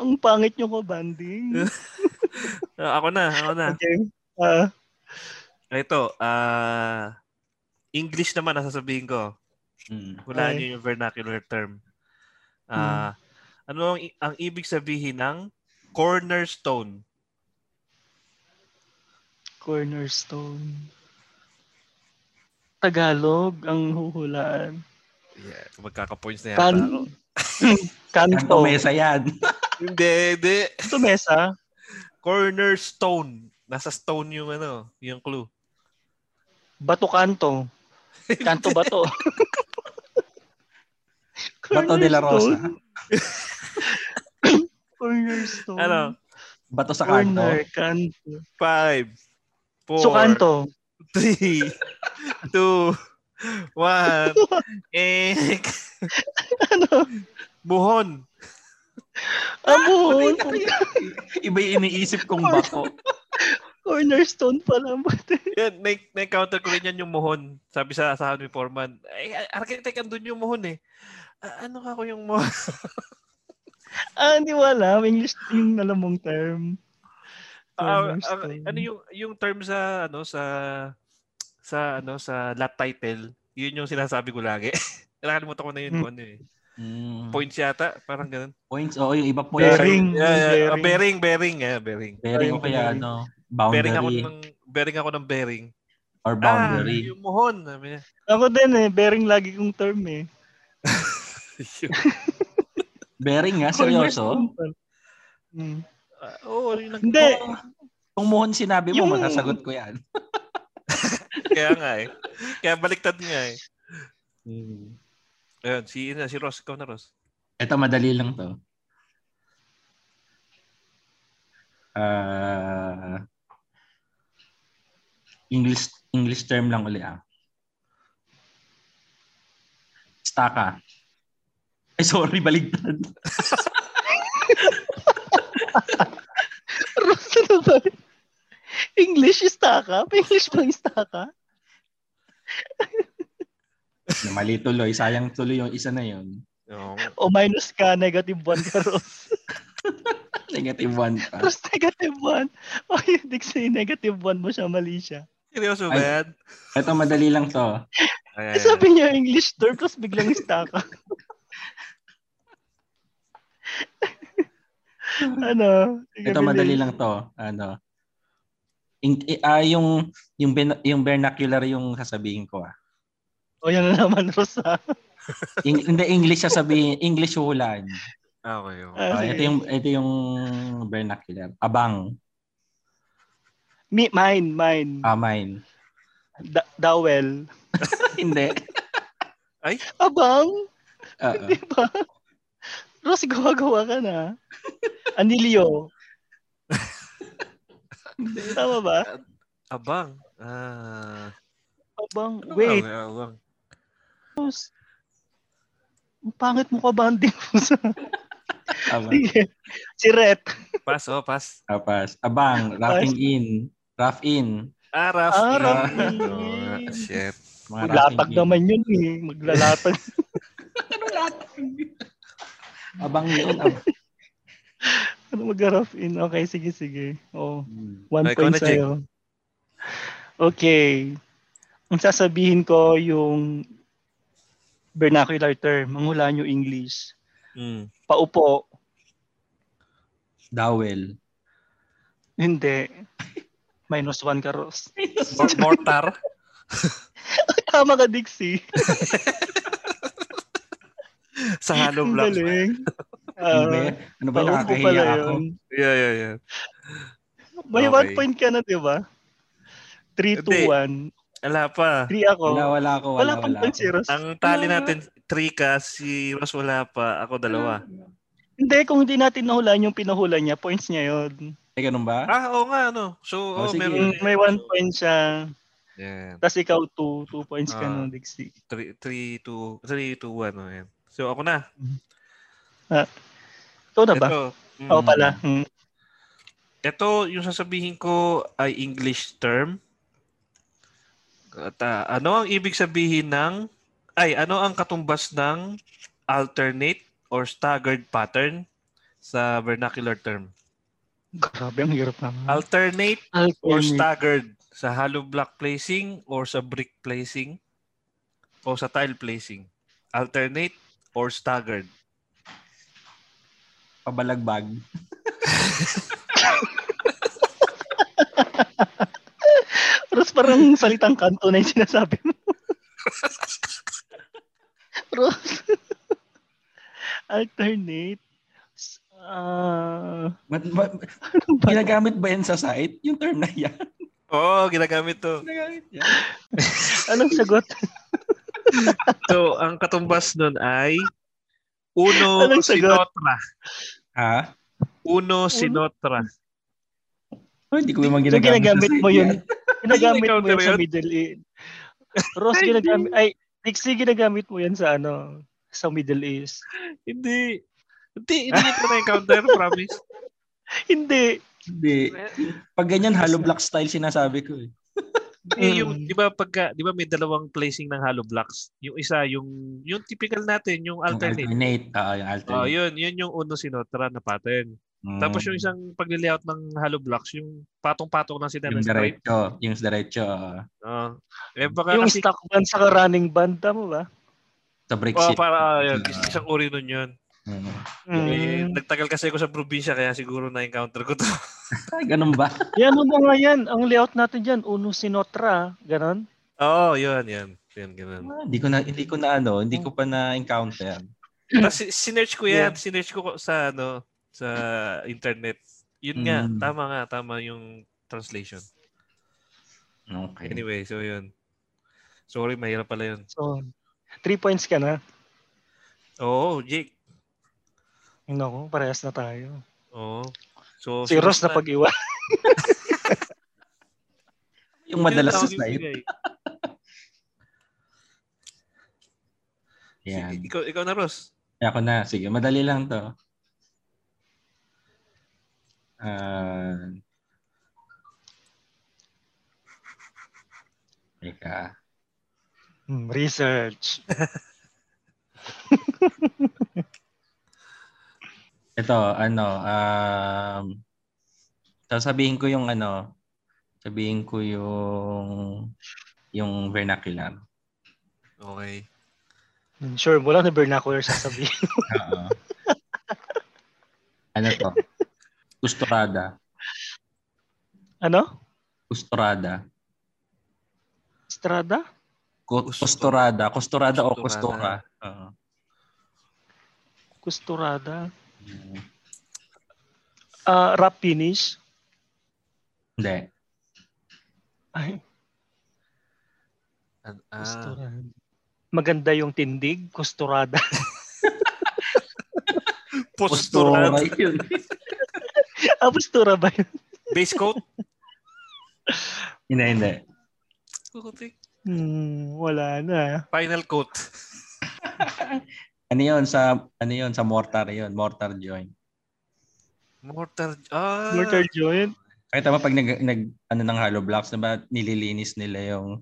A: Ang pangit nyo ko, banding.
B: Ah, ako na, ako na.
A: Okay. Ah,
B: Ito, ah English naman ang sasabihin ko.
C: Mm.
B: Hulaan
A: Okay.
B: niyo yung vernacular term. Ah, Ano ang, i- ang ibig sabihin ng cornerstone?
A: cornerstone. Tagalog ang huhulaan.
B: Yeah, magkaka-points na yata. ako.
A: Kan
C: Kanto
A: kanto.
C: mesa yan.
B: Hindi, hindi.
A: Kanto mesa.
B: Cornerstone. Nasa stone yung ano, yung clue.
A: Bato kanto. Kanto bato.
C: Bato de la Rosa.
A: Cornerstone. Cornerstone.
B: Ano?
C: Bato sa
A: Corner,
C: kanto.
A: kanto.
B: Five, four,
A: So kanto.
B: three, two, one, eh,
A: Ano?
B: buhon.
A: Ah,
B: Ah,
A: Amon.
C: Iba yung iniisip kong bato.
A: Cornerstone pala.
B: Yan, na- na-encounter ko rin yan yung mohon. Sabi sa asahan ni Foreman, ay, architect, andun yung mohon eh. "Ah, ano ako yung mohon?
A: ah, hindi wala. English yung alam mong term.
B: Ah, ah,
A: Cornerstone.
B: ano yung, yung term sa, ano, sa, sa, ano, sa lap title, yun yung sinasabi ko lagi. Nakalimutan ko na yun
A: Hmm.
B: kung ano eh.
C: Mm.
B: Points yata, parang ganun.
C: Points. Oo, yung iba points.
A: Bearing.
B: Yeah, yeah, ah,
A: Bearing.
B: bearing, bearing, yeah, bearing.
C: Bearing
A: Bearing.
C: o kaya ano,
B: Bearing ako
C: boundary
B: ng bearing ako ng bearing.
C: or
B: Ah,
C: boundary.
B: yung mohon. Sabi niya.
A: Ako din eh. Bearing lagi kong term eh.
C: Bearing nga, Ah, seryoso?
A: Cornerstone pala. Hmm.
B: Ah, Oo, yun ang-
A: Hindi.
C: Kung mohon sinabi mo,
A: Yung-
C: masasagot ko yan.
B: Kaya nga eh. Kaya baliktad nga eh. Hmm. Ayun, si, si Ross, ikaw na Ross.
C: Ito, madali lang to. Ah, English English term lang uli ah. Staka. Ay, sorry, baligtad.
A: Ross, ano ba? English is taka? English ba is taka?
C: Mali tuloy. Sayang tuloy yung isa na yun.
B: Oo.
A: O minus ka, negative one ka, Ross.
C: Negative one pa.
A: Ross, negative one. O, oh, hindi kasi negative one mo siya, mali siya.
B: Seryoso
C: Ay.
B: ba yan?
C: Ito, madali lang to.
B: Ay,
A: Eh, sabi niya English term, tapos biglang is taka. ano? Sige,
C: Ito
A: bilis.
C: madali lang to. Ano? In, i- ah, yung yung ben- yung vernacular yung sasabihin ko ah.
A: O, yan na naman, Ross, ha?
C: In, hindi English sasabihin, English hulaan.
B: Ah, okay, okay.
A: Ah,
C: Ah,
A: sige.
C: ito yung ito yung vernacular. Abang,
A: Mi, mine, mine.
C: amain.
A: Da- dowel.
C: hindi.
A: Abang,
C: Oo.
A: di ba? Ross, gawa-gawa ka na. Anilio. Tama ba?
B: Abang. Ah,
A: Abang,
B: ano
A: wait.
B: nga ang abang?
A: Ross. Ang pangit mo ka, banding.
C: Abang.
A: Sige. Si Ret.
B: Pass, oh, pass.
C: Tapos, abang, roughing in, rough in.
B: Ah, Raf.
A: Ah, Raf.
B: Oo nga, Shit.
C: Mga
A: Maglatag
C: roughing in.
A: naman yun eh. Maglalatag.
C: Abang yun. ah. Abang.
A: Ano mag-rough in? Okay, sige, sige. Oh, one
B: Ay, ikaw
A: point
B: na, Jake.
A: sa'yo. Okay. Ang sasabihin ko yung vernacular term. Ang hula nyo English.
B: Mm.
A: Paupo.
C: Dowel.
A: Hindi. Minus one ka, Ross.
B: Mor- Mortar.
A: Tama ka, Dixie.
B: Sa hollow
A: Ang
B: block. Diba
A: galing.
C: Hindi.
A: Ah,
C: Ano ba
A: paupo pala
C: nakakahiya ako?
A: yun.
B: Yeah, yeah, yeah.
A: May
B: Okay.
A: one point ka na, diba? di ba? 3,
B: Hindi.
A: 2, 1.
B: Ala pa.
A: 3 ako.
C: Wala, wala ako. Wala,
A: Wala pang
C: wala.
A: point si
C: ako.
A: Ross.
B: Ang tali
A: Wala.
B: natin, three ka, si Ross wala pa, ako dalawa.
A: Hindi, kung hindi natin nahulaan yung pinahula niya, points niya yun.
C: Eh, ganun ba?
B: Ah, oo nga, ano. So, oh,
C: Oh, sige.
B: meron.
A: Mm, May one point siya.
B: Yan.
A: Tapos ikaw two, two points ka
B: Ah.
A: nun, Dixie.
B: Three, three, two, three, two, one. oh, yan. So, ako na.
A: Ikaw na ba?
B: Ito. Mm.
A: Oo pala. Mm.
B: Ito, yung sasabihin ko ay English term. At, ah, ano ang ibig sabihin ng... Ay, ano ang katumbas ng alternate or staggered pattern sa vernacular term.
A: Grabe, ang hirap naman.
B: Alternate or
A: Alternate.
B: staggered sa hollow block placing or sa brick placing o sa tile placing. Alternate or staggered.
C: Pabalagbag.
A: Tapos parang salitang kanto na yung sinasabi mo. Rose. Alternate. S- Ah,
C: Ma- ma-
A: ano ba?
C: ginagamit ba yan sa site? Yung term na yan?
B: Oo, oh, ginagamit to.
C: Ginagamit yan?
A: Anong sagot?
B: So, ang katumbas nun ay uno
A: Anong sagot?
B: sinotra.
C: Ha?
B: Uno sinotra.
C: Oh, hindi ko naman
A: So,
C: ginagamit.
A: ginagamit
C: sa
A: mo
C: site
A: yun.
C: yan.
A: Ginagamit
B: Ikaw
A: mo yun
B: na
A: sa
B: yun?
A: Middle East. Rose,
B: Thank you.
A: ginagamit. Ay, Dixie, ginagamit mo yan sa ano? Sa Middle East.
B: Hindi. Hindi, hindi ito na-encounter, promise.
A: Hindi.
C: Hindi. Pag ganyan, hollow block style sinasabi ko eh.
B: Hindi, yung,
A: Mm.
B: di ba, pagka, di ba may dalawang placing ng hollow blocks? Yung isa, yung, yung typical natin, yung
C: Yung
B: alternate.
C: alternate. Oo, yung alternate.
B: Oh, yun, yun yung uno sinotra na pattern.
C: Mm.
B: Tapos yung isang pag-layout ng hollow blocks, yung patong-patong lang sila
C: Yung Mm.
B: na straight.
C: diretso. Yung diretso. oo.
B: Oo. eh, baka
A: Yung
B: kasi,
A: stock band sa running band, tama ba?
C: Sa
B: oh,
C: brick sheet.
B: para, ah, yun,
C: Ah.
B: is- isang uri nun yun.
C: Mm.
B: Eh,
A: Mm.
B: nagtagal kasi ako sa probinsya, kaya siguro na-encounter ko to.
C: Ay, ganun ba?
A: Yan, ano ba nga yan? Ang layout natin dyan, Uno Sinotra. Ganon?
B: Oo, oh, yun, yun. Yun, ganun.
C: Ah, hindi ko na hindi ko na ano, hindi ko pa na encounter.
B: Tapos si- sinearch ko yan, sinearch ko ko- sa ano sa internet. Yun nga,
C: Mm.
B: tama nga, tama yung translation.
C: Okay.
B: Anyway, so yun. Sorry, mahirap pala yun.
A: So, three points ka na.
B: Oo, Jake.
A: Naku, parehas na tayo.
B: Oo. So,
A: Si Ross na pag-iwan.
C: Yung madalas sa
B: eh.
C: slide. Yan.
B: Ikaw, ikaw na, Ross.
C: Ako na. Sige, madali lang to. Ah. Teka.
A: Hmm, research.
C: Ito, ano, um, sasabihin ko yung ano, sabihin ko yung yung vernacular.
B: Okay.
A: Hmm, Sure, wala na vernacular sasabihin.
C: Oo. ano to? Kusturada.
A: ano?
C: Kusturada.
A: Strada?
C: Ku-
B: Kustu-
C: Kusturada. Kusturada o kustura.
B: Kusturada.
C: Oo.
A: Kusturada? Ah, rap finish?
C: Hindi.
A: Ay,
B: An- ah,
A: kusturada. Maganda yung tindig, kusturada.
B: postura.
C: Kustura yun.
A: ah, postura ba yun?
B: Base coat.
C: hindi, hindi.
A: Hmm, wala na.
B: Final coat.
C: Ano yun sa ano yun sa mortar yun, mortar joint.
B: Mortar. Ah.
A: Mortar joint?
C: Kaya tama pag nag, nag ano ng hollow blocks na ba nililinis nila yung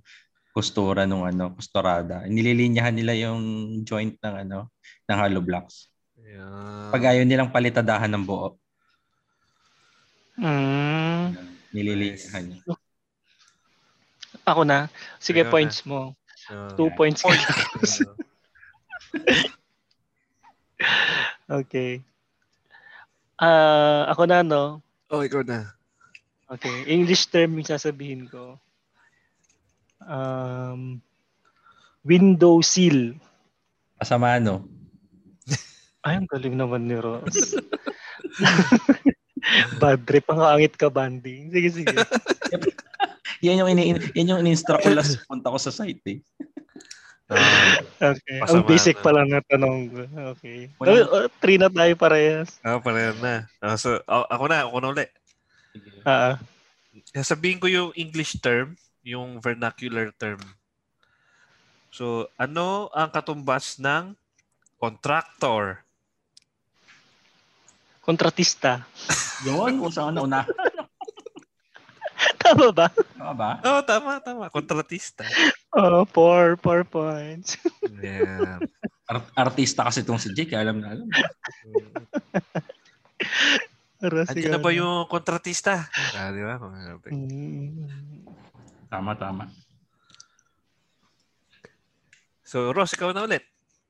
C: kustura nung ano, kusturada. Nililinyahan nila yung joint ng ano ng hollow blocks.
B: Yeah.
C: Pag ayaw nilang palitadahan ng buo,
A: Hmm,
C: nililinyahan niya.
A: ako na. Sige,
B: Ikaw na.
A: points mo.
B: Ah.
A: Two points ka.
B: Ah.
A: Okay. Ah, ako na, no?
B: Oh, ikaw na.
A: Okay, English term yung sasabihin ko. Um, window seal.
C: Masama ano?
A: Ay, ang galing naman ni Ross. Bad trip. Ang angit ka, banding. Sige, sige.
C: Yan yung ini yan yung in-instruct ko last punta ko sa site eh.
B: Ah,
A: Okay. ang
B: Pasama
A: basic
B: na.
A: pa lang na tanong ko. Okay.
C: Wala.
A: Oh, oh, three na tayo parehas.
B: ah pareho na. Ah, so, a- ako na, ako na ulit.
A: Ah, ah.
B: Sabihin ko yung English term, yung vernacular term. So, ano ang katumbas ng contractor?
A: kontratista.
C: Yun, kung saan una.
A: Tama ba?
C: Tama ba?
B: Oh, tama, tama. Kontratista.
A: Oh, four, four points.
B: Yan.
C: Art- artista kasi itong si Jake, eh, alam na alam.
B: Andiyan na ba yung kontratista? Ah, di ba?
A: Mm,
C: Tama, tama.
B: So, Ross, ikaw na ulit.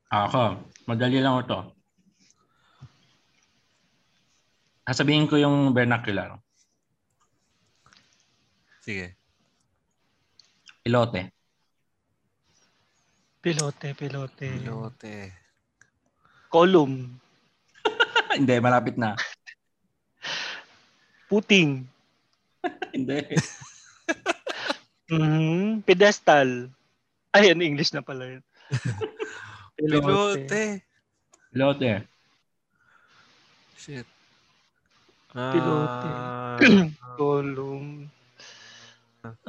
C: Ah, Ako, madali lang ito. Sasabihin ko yung vernacular.
B: Sige.
C: Pilote.
F: Pilote, pilote.
B: Pilote.
A: Column.
C: Hindi, malapit na.
A: Puting.
C: Hindi.
A: Mhm. Pedestal. Ay, ano English na pala yun.
B: Pilote.
C: Pilote.
B: Shit.
A: Pilote.
B: Ah,
A: Column.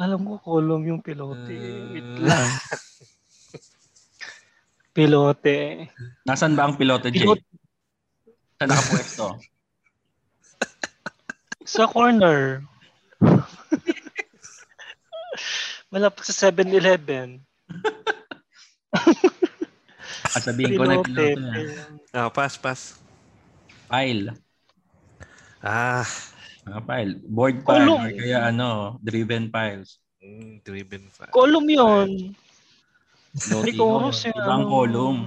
A: Alam ko, column yung pilote. Wait
B: Ah.
A: lang. pilote.
C: Nasaan ba ang pilote, Jake?
A: Pilot
C: Saan nakapwesto?
A: sa corner. Malapit sa 7-Eleven.
C: At sabihin ko na
A: Pilote.
C: pilote.
B: Ah, pass, pass.
C: File.
B: Ah,
C: Mga file. Board file.
A: Kulong.
C: Or kaya ano, driven files.
B: mm, driven pa.
A: Column yun.
C: Pilote
A: May chorus
C: yun.
A: yun.
C: Ibang column.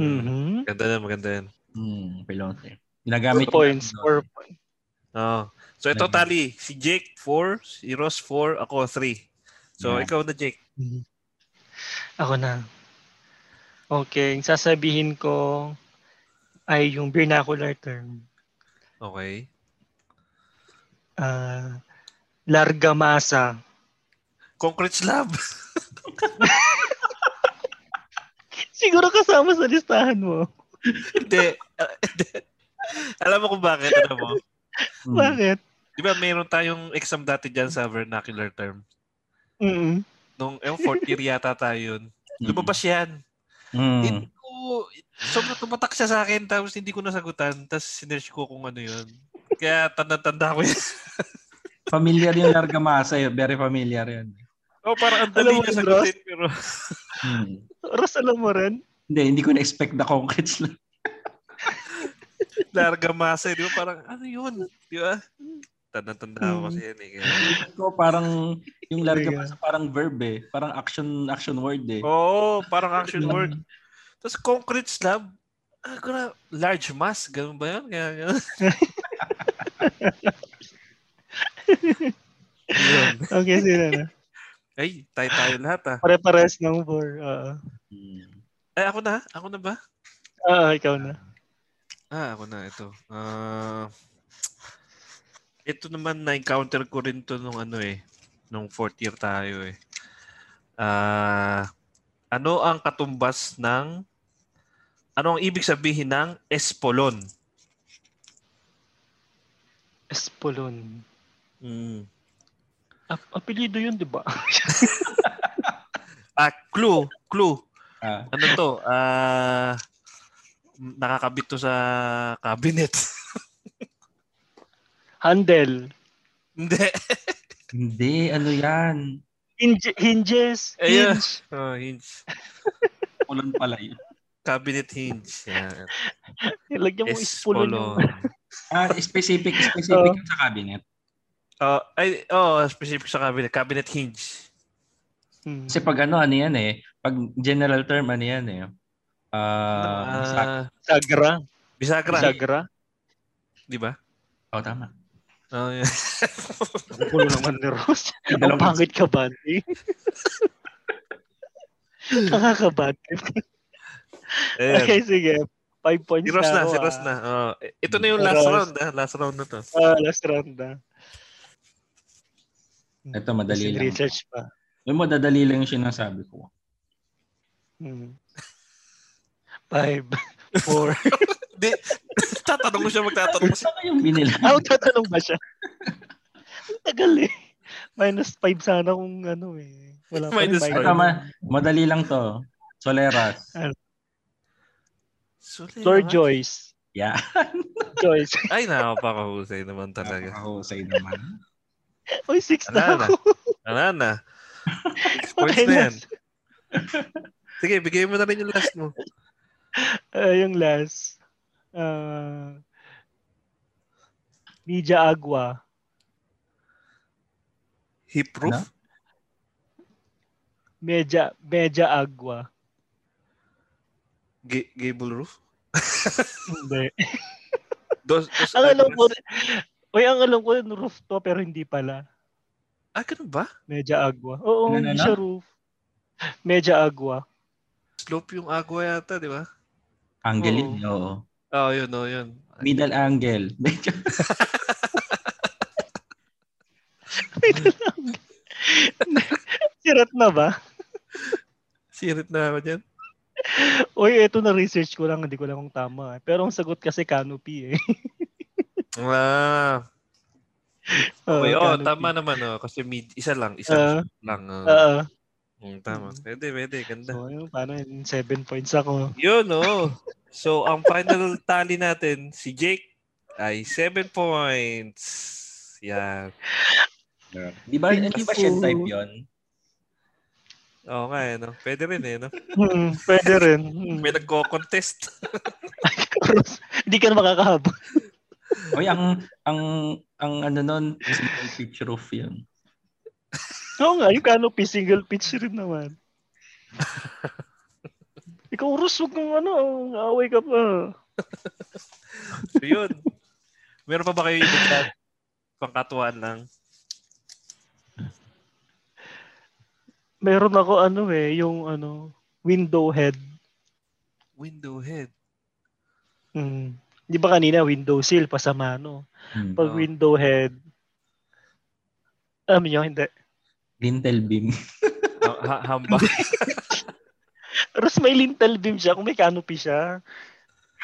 A: Mhm.
B: Maganda na, maganda yan.
C: Hmm, pilote.
A: Four
C: Ginagamit ano. yun.
A: points. Four points.
B: Oo. Oh. So, ito
C: Nag-
B: tali. Si Jake, 4. Si Ross, 4. Ako, 3. So,
C: Yeah.
B: ikaw na, Jake.
A: Mm-hmm. Ako na. Okay. ang Sasabihin ko ay yung vernacular term.
B: Okay.
A: Ah, larga masa.
B: Concrete slab.
A: Siguro kasama sa listahan mo.
B: Hindi. Ah, hindi. Alam mo kung bakit. Alam mo.
C: Hmm.
A: Bakit?
B: Di ba, mayroon tayong exam dati dyan sa vernacular term.
A: Mm.
B: Nung eh, fourth year yata tayo yun.
C: Hmm.
B: Lumabas yan.
C: Hmm.
B: Hindi ko, sobrang tumatak siya sa akin tapos hindi ko nasagutan. Tapos sinerge ko kung ano yun. Kaya tanda-tanda ko yun.
C: Familiar yung larga masa. eh. Very familiar yun.
B: o Oh, parang ang
A: Alam
B: dali
A: mo
B: niya
A: yun,
B: sagutin. Pero
C: Hmm.
A: Ross, alam mo rin?
C: Hindi, hindi ko na-expect na concrete slab.
B: larga masa. eh. Di ba parang ano yun? Di ba? Tanda-tanda ako
A: Mm.
B: kasi yun. Eh. Kaya,
C: ko parang yung larga
A: Talaga.
C: masa parang verb eh. Parang action action word eh.
B: Oo, parang action word. Tapos concrete slab. Ah, gra- large mass. Ganun ba yun? Kaya, ganun. Yun.
A: Okay, sila na.
B: Ay, tayo-tayo lahat ah.
A: Pare-pares ng four. Oo.
C: Hmm.
B: Ay, ako na? Ako na ba?
A: Ah, ikaw na.
B: Ah, ako na ito. Ah. ito naman na-encounter ko rin to nung ano eh, nung fourth year tayo eh. Ah, ano ang katumbas ng ano ang ibig sabihin ng espolon?
A: Espolon.
B: Mm.
A: Ap- apelido yun, di ba?
B: Ah, clue, clue.
C: Ah,
B: Ano to? Ah, nakakabit to sa cabinet.
A: Handle.
B: Hindi.
C: hindi, ano yan?
A: Hinge, hinges.
B: Ayun.
A: Hinge.
B: Oh, hinge.
C: Ulan pala yun.
B: Cabinet hinge. Yeah.
A: Lagyan mo espolon. yung-
B: Espolon.
C: Ah, specific, specific sa cabinet.
B: Ah, ay, oh, specific sa cabinet. Cabinet hinge.
A: Hmm.
C: Kasi pag ano, ano yan eh. Pag general term, ano yan eh. Ah, sa,
B: Ah,
A: Sagra.
B: bisagra,
A: Sagra.
B: di ba?
C: oh, tama.
B: Oh, yeah.
A: Pulo naman ni Ross. Ang
C: Dalawang-
A: pangit ka, Bandy. Nakakabad.
B: Ayan.
A: Okay, sige. Five points
B: Si Ross na,
A: ako,
B: si Ross
A: ah.
B: na. Oh, ito na yung last
A: Ross.
B: round, ah. Last round na to.
A: Ah, last round na.
C: Ito, madali lang.
A: Research pa.
C: Yung madadali lang yung sinasabi ko.
A: Hmm. Five. Four.
B: Di, tatanong ko siya, magtatanong siya.
C: Saan kayong binila?
A: Ah, magtatanong ba siya? Ang tagal eh. Minus five sana kung ano eh. Wala pa rin
B: Minus
C: Ay,
B: five.
C: tama. Madali lang to. Soleras.
B: Sulit,
A: Lord
B: ah.
A: Joyce.
C: Yeah.
A: Joyce.
B: Ay, nakapakahusay naman talaga.
C: Nakakahusay naman.
A: Uy, six
B: Wala
A: na
B: na.
A: ako.
B: Wala na. Six points
A: Okay
B: na
A: na.
B: yan. Sige, bigay mo na rin yung last mo.
A: Ah, yung last. Ah, Media Agua.
B: Hip roof?
C: Ano?
A: Media, Media Agua.
B: Ga- gable roof?
A: Hindi.
B: Dos, dos
A: ang alam ko,
B: Agras?
A: Uy, ang alam ko yung roof to, pero hindi pala.
B: Ah, ganun ba?
A: Media Agua. Oo,
C: Ano,
A: hindi
C: ano,
A: siya roof. Media Agua.
B: Slope yung agwa yata, di ba?
C: Angle
B: Oo.
C: yun, oo.
B: Oo, yun, oo, yun.
C: Middle angle. Medyo-
A: Sirat na ba?
B: Sirit na ako dyan.
A: Uy, ito na research ko lang, hindi ko lang kung tama. eh. Pero ang sagot kasi canopy eh.
B: Ah,
A: Oo,
B: okay, oh,
A: canopy.
B: tama naman, oh. Kasi mid, isa lang, isa
A: Ah,
B: lang. oh.
A: ah, ah.
B: Mm, tama. Pwede, pwede. Ganda.
A: so, yun, paano yun? Seven points ako.
B: Yun, oh. So, ang final tally natin, si Jake ay 7 points. Yan.
C: Di ba, hindi ba shed
A: Oo.
C: type yun?
B: Oo nga, eh, no? Pwede rin, eh, no?
A: Hmm, pwede rin. Hmm.
B: May nagko-contest.
A: Hindi ka na makakahabol.
C: Oy, ang, ang, ang ano nun, single pitch roof yun.
A: Oo nga, yung canopy, single pitch rin naman. Ikaw, Rus, huwag kang ano, away ka pa.
B: So, yun. Meron pa ba kayo yung chat? Pangkatuwaan lang.
A: Meron ako ano eh, yung ano, window head.
B: Window head.
A: Hmm. Di ba kanina, window sill, pasama no?
C: Hmm.
A: Pag
B: Oo.
A: window head, alam niyo, hindi.
C: Lintel beam.
B: Ha- ha- hamba.
A: Rus, may lintel beam siya, kung may canopy siya.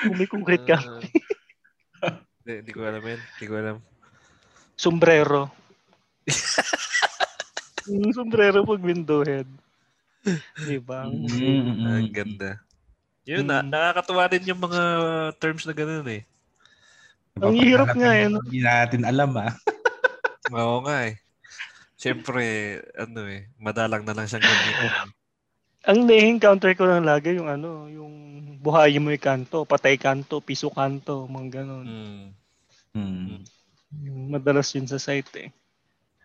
A: Kung may concrete ka.
B: Ah. Hindi, hindi ko alam yan. Hindi ko alam.
A: Sombrero. yung sombrero pag window head. Di ba?
B: Ah, Ang
C: Mm. Mm-mm.
B: ganda. Yun, na,
A: Mm.
B: nakakatuwa rin yung mga terms na ganun eh.
A: Ang hirap nga eh, no?
C: Hmm, Hindi natin alam ah.
B: Oo nga eh. Siyempre, ano eh, madalang na lang siyang gamitin.
A: Ang na-encounter ko lang lagi yung ano, yung buhay mo yung kanto, patay kanto, piso kanto, mga ganon.
B: Mm.
C: Hmm.
A: Yung madalas yun sa site eh.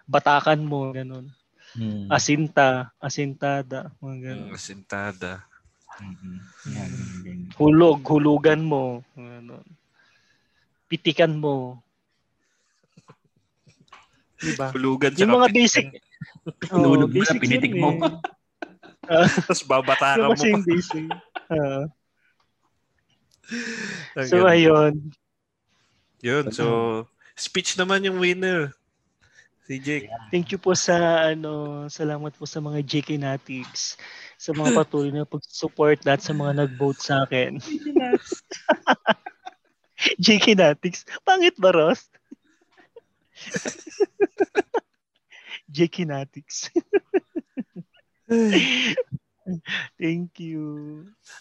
A: Batakan mo, ganon.
C: Hmm.
A: Asinta, asintada, mga ganon.
B: Mm, Sintada.
C: Mm-mm. Hmm. Yan, yan, yan.
A: Hulog, hulugan mo, mga ganon. Pitikan mo. Diba?
B: Hulugan siya.
A: Yung mga basic.
C: Hinulog mo na,
A: basics
C: pinitik
A: yun
C: mo.
A: eh.
B: Tapos babata
A: Yung
B: ka mo
A: kasi
B: pa.
A: yung basic. Ah,
B: Ang
A: so,
B: ganda.
A: ayun.
B: Yun, so, speech naman yung winner. Si Jake.
A: Thank you po sa, ano, salamat po sa mga JK Natics, sa mga patuloy na pag-support at sa mga nag-vote sa akin. JK Natics. Pangit ba, Ross? JK Natics. Thank you.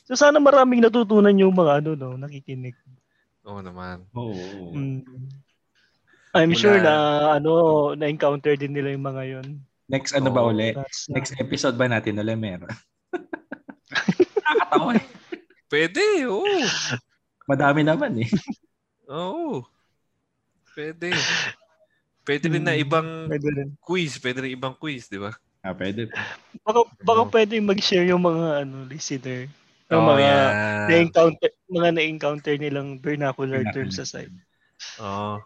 A: So sana maraming natutunan yung mga ano no, nakikinig.
B: Oo naman.
C: Oo. oo.
A: Mm. I'm
B: Wala.
A: sure na ano na-encounter din nila yung mga 'yon.
C: Next ano ba uli? Next episode ba natin ulit meron? Nakakatawa eh.
B: Pwede, oo.
C: Madami naman eh.
B: Oo. Pwede. Pwede rin na
A: Mm.
B: ibang
A: Pwede rin.
B: quiz. Pwede rin ibang quiz, di ba?
C: Ah, pwede.
A: Baka baka pwede mag-share yung mga ano listener ng
B: Oo,
A: mga
B: yan.
A: na-encounter mga na-encounter nilang vernacular
C: Vernacular.
A: terms sa site.
B: Oo.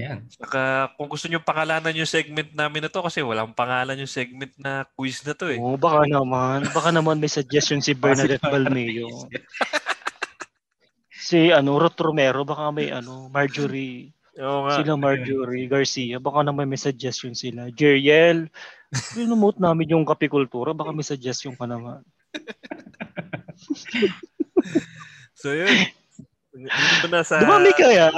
C: Yan.
B: Saka kung gusto nyo pangalanan yung segment namin na to kasi walang pangalan yung segment na quiz na to eh.
A: Oo, baka naman, baka naman may suggestion si Bernadette Balmeo. Si ano Ruth Romero, baka may ano Marjorie,
B: Oo nga.
A: sila Marjorie Garcia, baka naman may suggestion sila. Jeriel, pinomote namin yung kapikultura, baka may suggestion ka naman.
B: So yun. Dito ba na sa
A: Dumami kaya.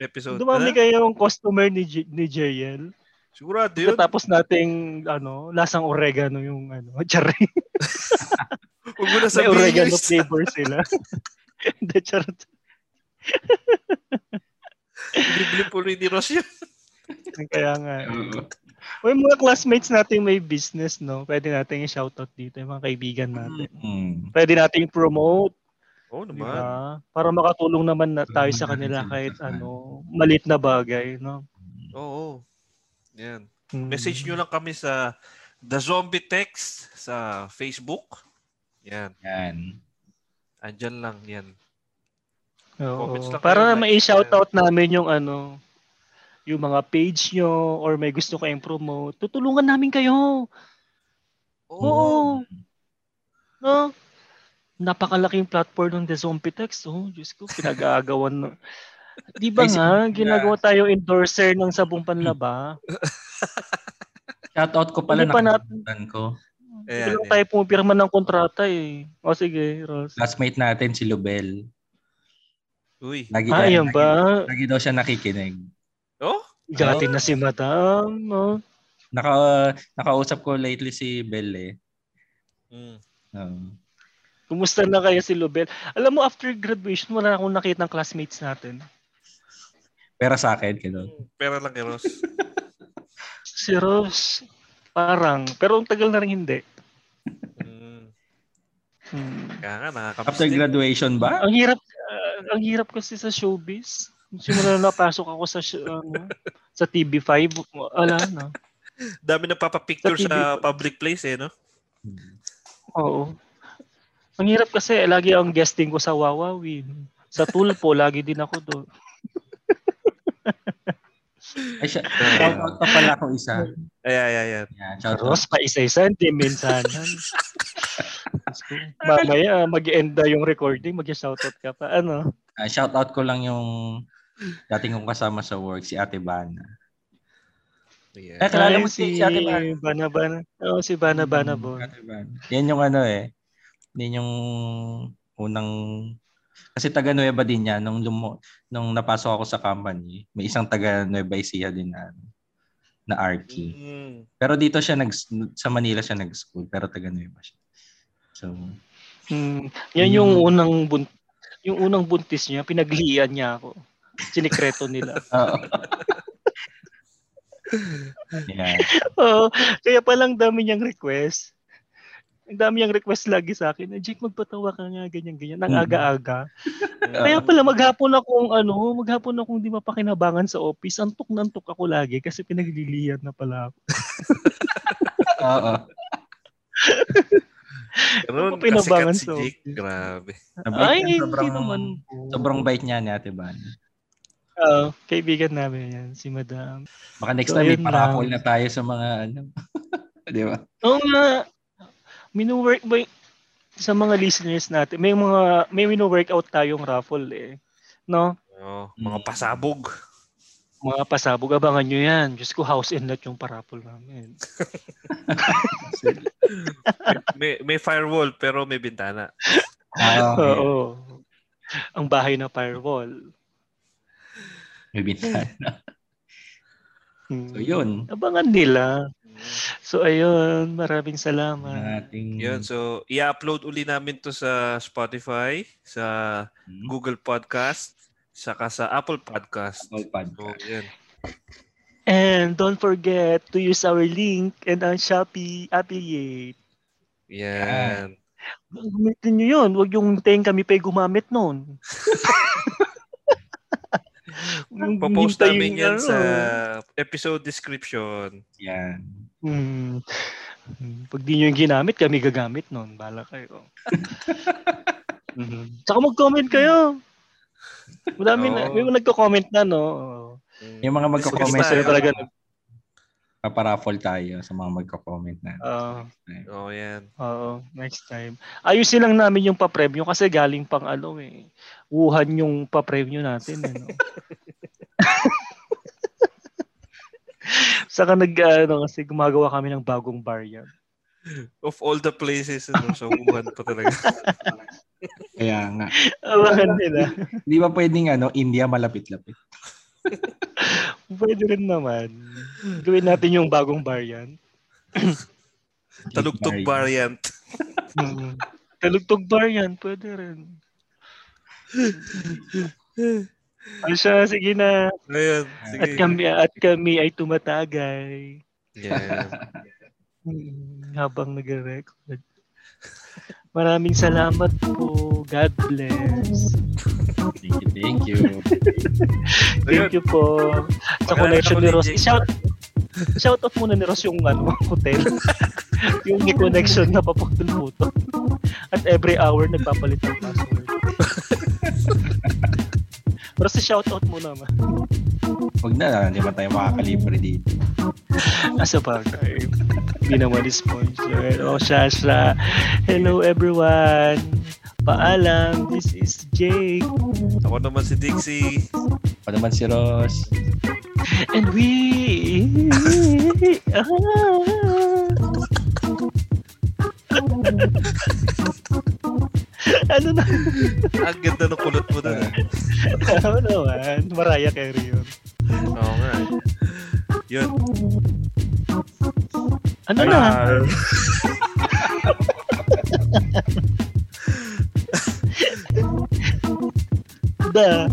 B: episode
A: Dumami
B: na?
A: kaya yung customer ni, J- ni JL.
B: Sigurado yun.
A: Tapos nating ano, lasang oregano yung ano, charing.
B: Huwag mo na
A: May
B: sabihin
A: oregano
B: guys.
A: flavor sila. Hindi, charot.
B: Bibili po rin ni Ross yun.
A: Kaya nga.
C: Oo.
A: O yung mga classmates natin may business, no? Pwede natin i-shoutout dito, yung mga kaibigan natin.
C: Mm.
A: Pwede natin i-promote,
B: Oo
A: di
B: naman.
A: ba? Para makatulong naman na tayo sa kanila kahit ano, malit na bagay, no?
B: Oo. Yan.
A: Mm.
B: Message nyo lang kami sa The Zombie Text sa Facebook. Yan.
C: Yan.
B: Andyan lang yan.
A: Oo.
B: Comments lang
A: Para
B: kayo, like,
A: may shoutout namin yung ano, yung mga page nyo or may gusto kayong promote, tutulungan namin kayo. Oo. No? Napakalaking platform ng The Zombie Text. Oh, Diyos ko, pinag-aagawan. na- Di ba
C: Ay, si-
A: nga, ginagawa tayo endorser ng sabong panlaba.
C: Shout out ko pala
A: Hindi pa
C: na
A: nat-
C: ko.
B: Ayan,
A: Hindi lang
B: yan.
A: tayo pumipirma ng kontrata eh. O sige, Ross.
C: Classmate natin si Lubel.
B: Uy.
C: Lagi
A: Ah,
C: tayo-
A: ayan ba?
C: Lagi daw siya nakikinig.
B: Oh?
A: Gati na si Madam. No?
C: Naka, nakausap ko lately si Bel eh.
B: Mm.
C: Um,
A: Kumusta na kaya si Lubel? Alam mo, after graduation, wala na akong nakita ng classmates natin.
C: pera sa akin, gano'n.
B: Pera lang kay Ross.
A: Si Ross, parang. Pero ang tagal na rin hindi.
B: Mm.
A: Hmm.
B: Kaya nga, nakakamiss
C: After
B: din.
C: graduation ba?
A: Ang hirap ah, ang hirap kasi sa showbiz. Simula na napasok ako sa sh- ano, sa TV5, wala na.
B: Dami na papapicture
A: Sa TV
B: sa public place eh, no?
A: Oo. Ang hirap kasi lagi ang guesting ko sa Wawawin. Sa Tulpo lagi din ako doon.
C: Ay, siya, shout out pa pala ko isa.
B: Ay, ay, ay, ay.
C: Yan, shout out.
A: Ross pa isa-isa hindi minsan. Mamaya mag-end na yung recording, mag-shoutout ka pa. Ano?
C: Ah, shout out ko lang yung dating kong kasama sa work, si Ate Bana.
B: Yeah.
C: Eh, kilala
A: Ay,
C: mo si, si Ate Bana.
A: Bana Bana. Oo, si Bana Bana
C: Mm,
A: Bon.
C: Ate Bana. Yan yung ano eh. Yan yung unang kasi taga Nueva din niya nung lumo, nung napasok ako sa company, may isang taga Nueva Ecija din na na RP.
B: Mm.
C: Pero dito siya nag sa Manila siya nag-school pero taga Nueva siya. So,
A: Mm, yan yung unang bunt yung unang buntis niya, pinaglian niya ako. Sinikreto nila.
C: oo. yeah.
A: Oo. Kaya palang dami niyang request. Ang dami niyang request lagi sa akin. "Eh, Jake, magpatawa ka nga, ganyan-ganyan. Ang
C: Mhm.
A: aga-aga.
C: Ah.
A: Kaya pala maghapon akong ano, maghapon akong di mapakinabangan sa office. Antok na antok ako lagi kasi pinagliliyan na pala ako.
C: Oo.
B: Ganun,
A: Ako pinabangan
B: kasikat si
A: to.
B: Jake. Grabe.
C: Nabait
A: Ay, hindi
C: niya, sobrang,
A: naman.
C: sobrang bait niya ni Ate Bana.
A: Oo, kaibigan namin yan, si Madam.
C: Baka next
A: So,
C: time may
A: ayun
C: parapol
A: lang.
C: na tayo sa mga ano. 'Di ba?
A: Oo nga. Minu-work ba sa mga listeners natin? May mga may minu-workout tayong raffle eh. No?
B: Oh, mga
A: Mm.
B: pasabog.
A: Mga pasabog, abangan nyo yan. Diyos ko, house and lot yung paraffle namin.
B: May, may firewall pero may bintana.
C: Ah, okay.
A: Oo. Ang bahay na firewall.
C: May bintana.
A: Hmm.
C: So, yun.
A: Abangan nila. So, ayun. Maraming salamat.
C: Ang ating...
B: Yun, so i-upload uli namin to sa Spotify, sa
A: Mm.
B: Google
C: Google
B: Podcast, saka sa Apple Podcast. So,
C: Podcast.
B: yan.
A: And don't forget to use our link and ang Shopee affiliate.
B: Yan.
A: Gamitin nyo yun. Huwag yung hintayin kami pa gumamit nun. Huwag yung
B: Papost
A: hintayin
B: namin yan
A: ano.
B: sa episode description.
C: Yan.
A: Hmm. Hmm. Pag di nyo yung ginamit, kami gagamit nun. Bala kayo. Mhm. Tsaka mag-comment kayo. Madami na.
B: Oo.
A: May mga nagko-comment na, no?
C: Yung mga magko-comment
A: Gusto na talaga.
C: Paparaffle tayo sa mga magko-comment na.
A: Oo.
B: Oh, yan.
A: Oo. Next time. Ayusin lang namin yung papremyo kasi galing pang ano eh. Wuhan yung papremyo natin. Eh, no? Saka nag, ano, kasi gumagawa kami ng bagong barya.
B: Of all the places, ano, so Wuhan pa talaga.
C: Kaya nga.
A: Abangan nila.
C: Di ba pwedeng ano, India malapit-lapit?
A: Pwede rin naman. Gawin natin yung bagong variant.
B: Talugtog variant.
A: Mm. Talugtog variant, pwede rin. Ay siya, sige na.
B: Ayan. Sige.
A: At kami, at kami ay tumatagay.
B: Yeah.
A: Mm, habang nagre-record. Maraming salamat po. God bless.
C: Thank you, thank you.
A: Thank you po. Sa
B: Wala na
A: connection
B: ako
A: ni Ross.
B: legit.
A: Shout, shout out muna ni Ross yung ano, hotel. yung may connection na paputol-putol. At every hour nagpapalit ng password. Pero si shout out muna ma.
C: Huwag na, hindi ba tayo makakalibre dito?
A: Nasa bagay. Hindi naman is sponsor. O siya siya. Oh, Hello everyone. Paalam. This is Jake.
B: Ako naman si Dixie.
C: Ako naman Ano si Ross.
A: And we... ano na?
B: Ang ganda ng kulot mo doon. ah.
A: Ano naman? Mariah Carey yun.
B: Oo nga. eh. Yun.
A: Ano na?
B: Ah,
A: The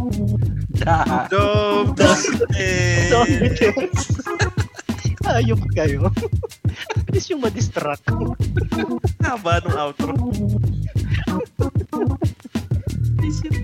C: Da!
B: Dom Dante!
A: Zombies. Ayop kayo. At least yung madistract.
B: Haba nung outro.
C: Please, yun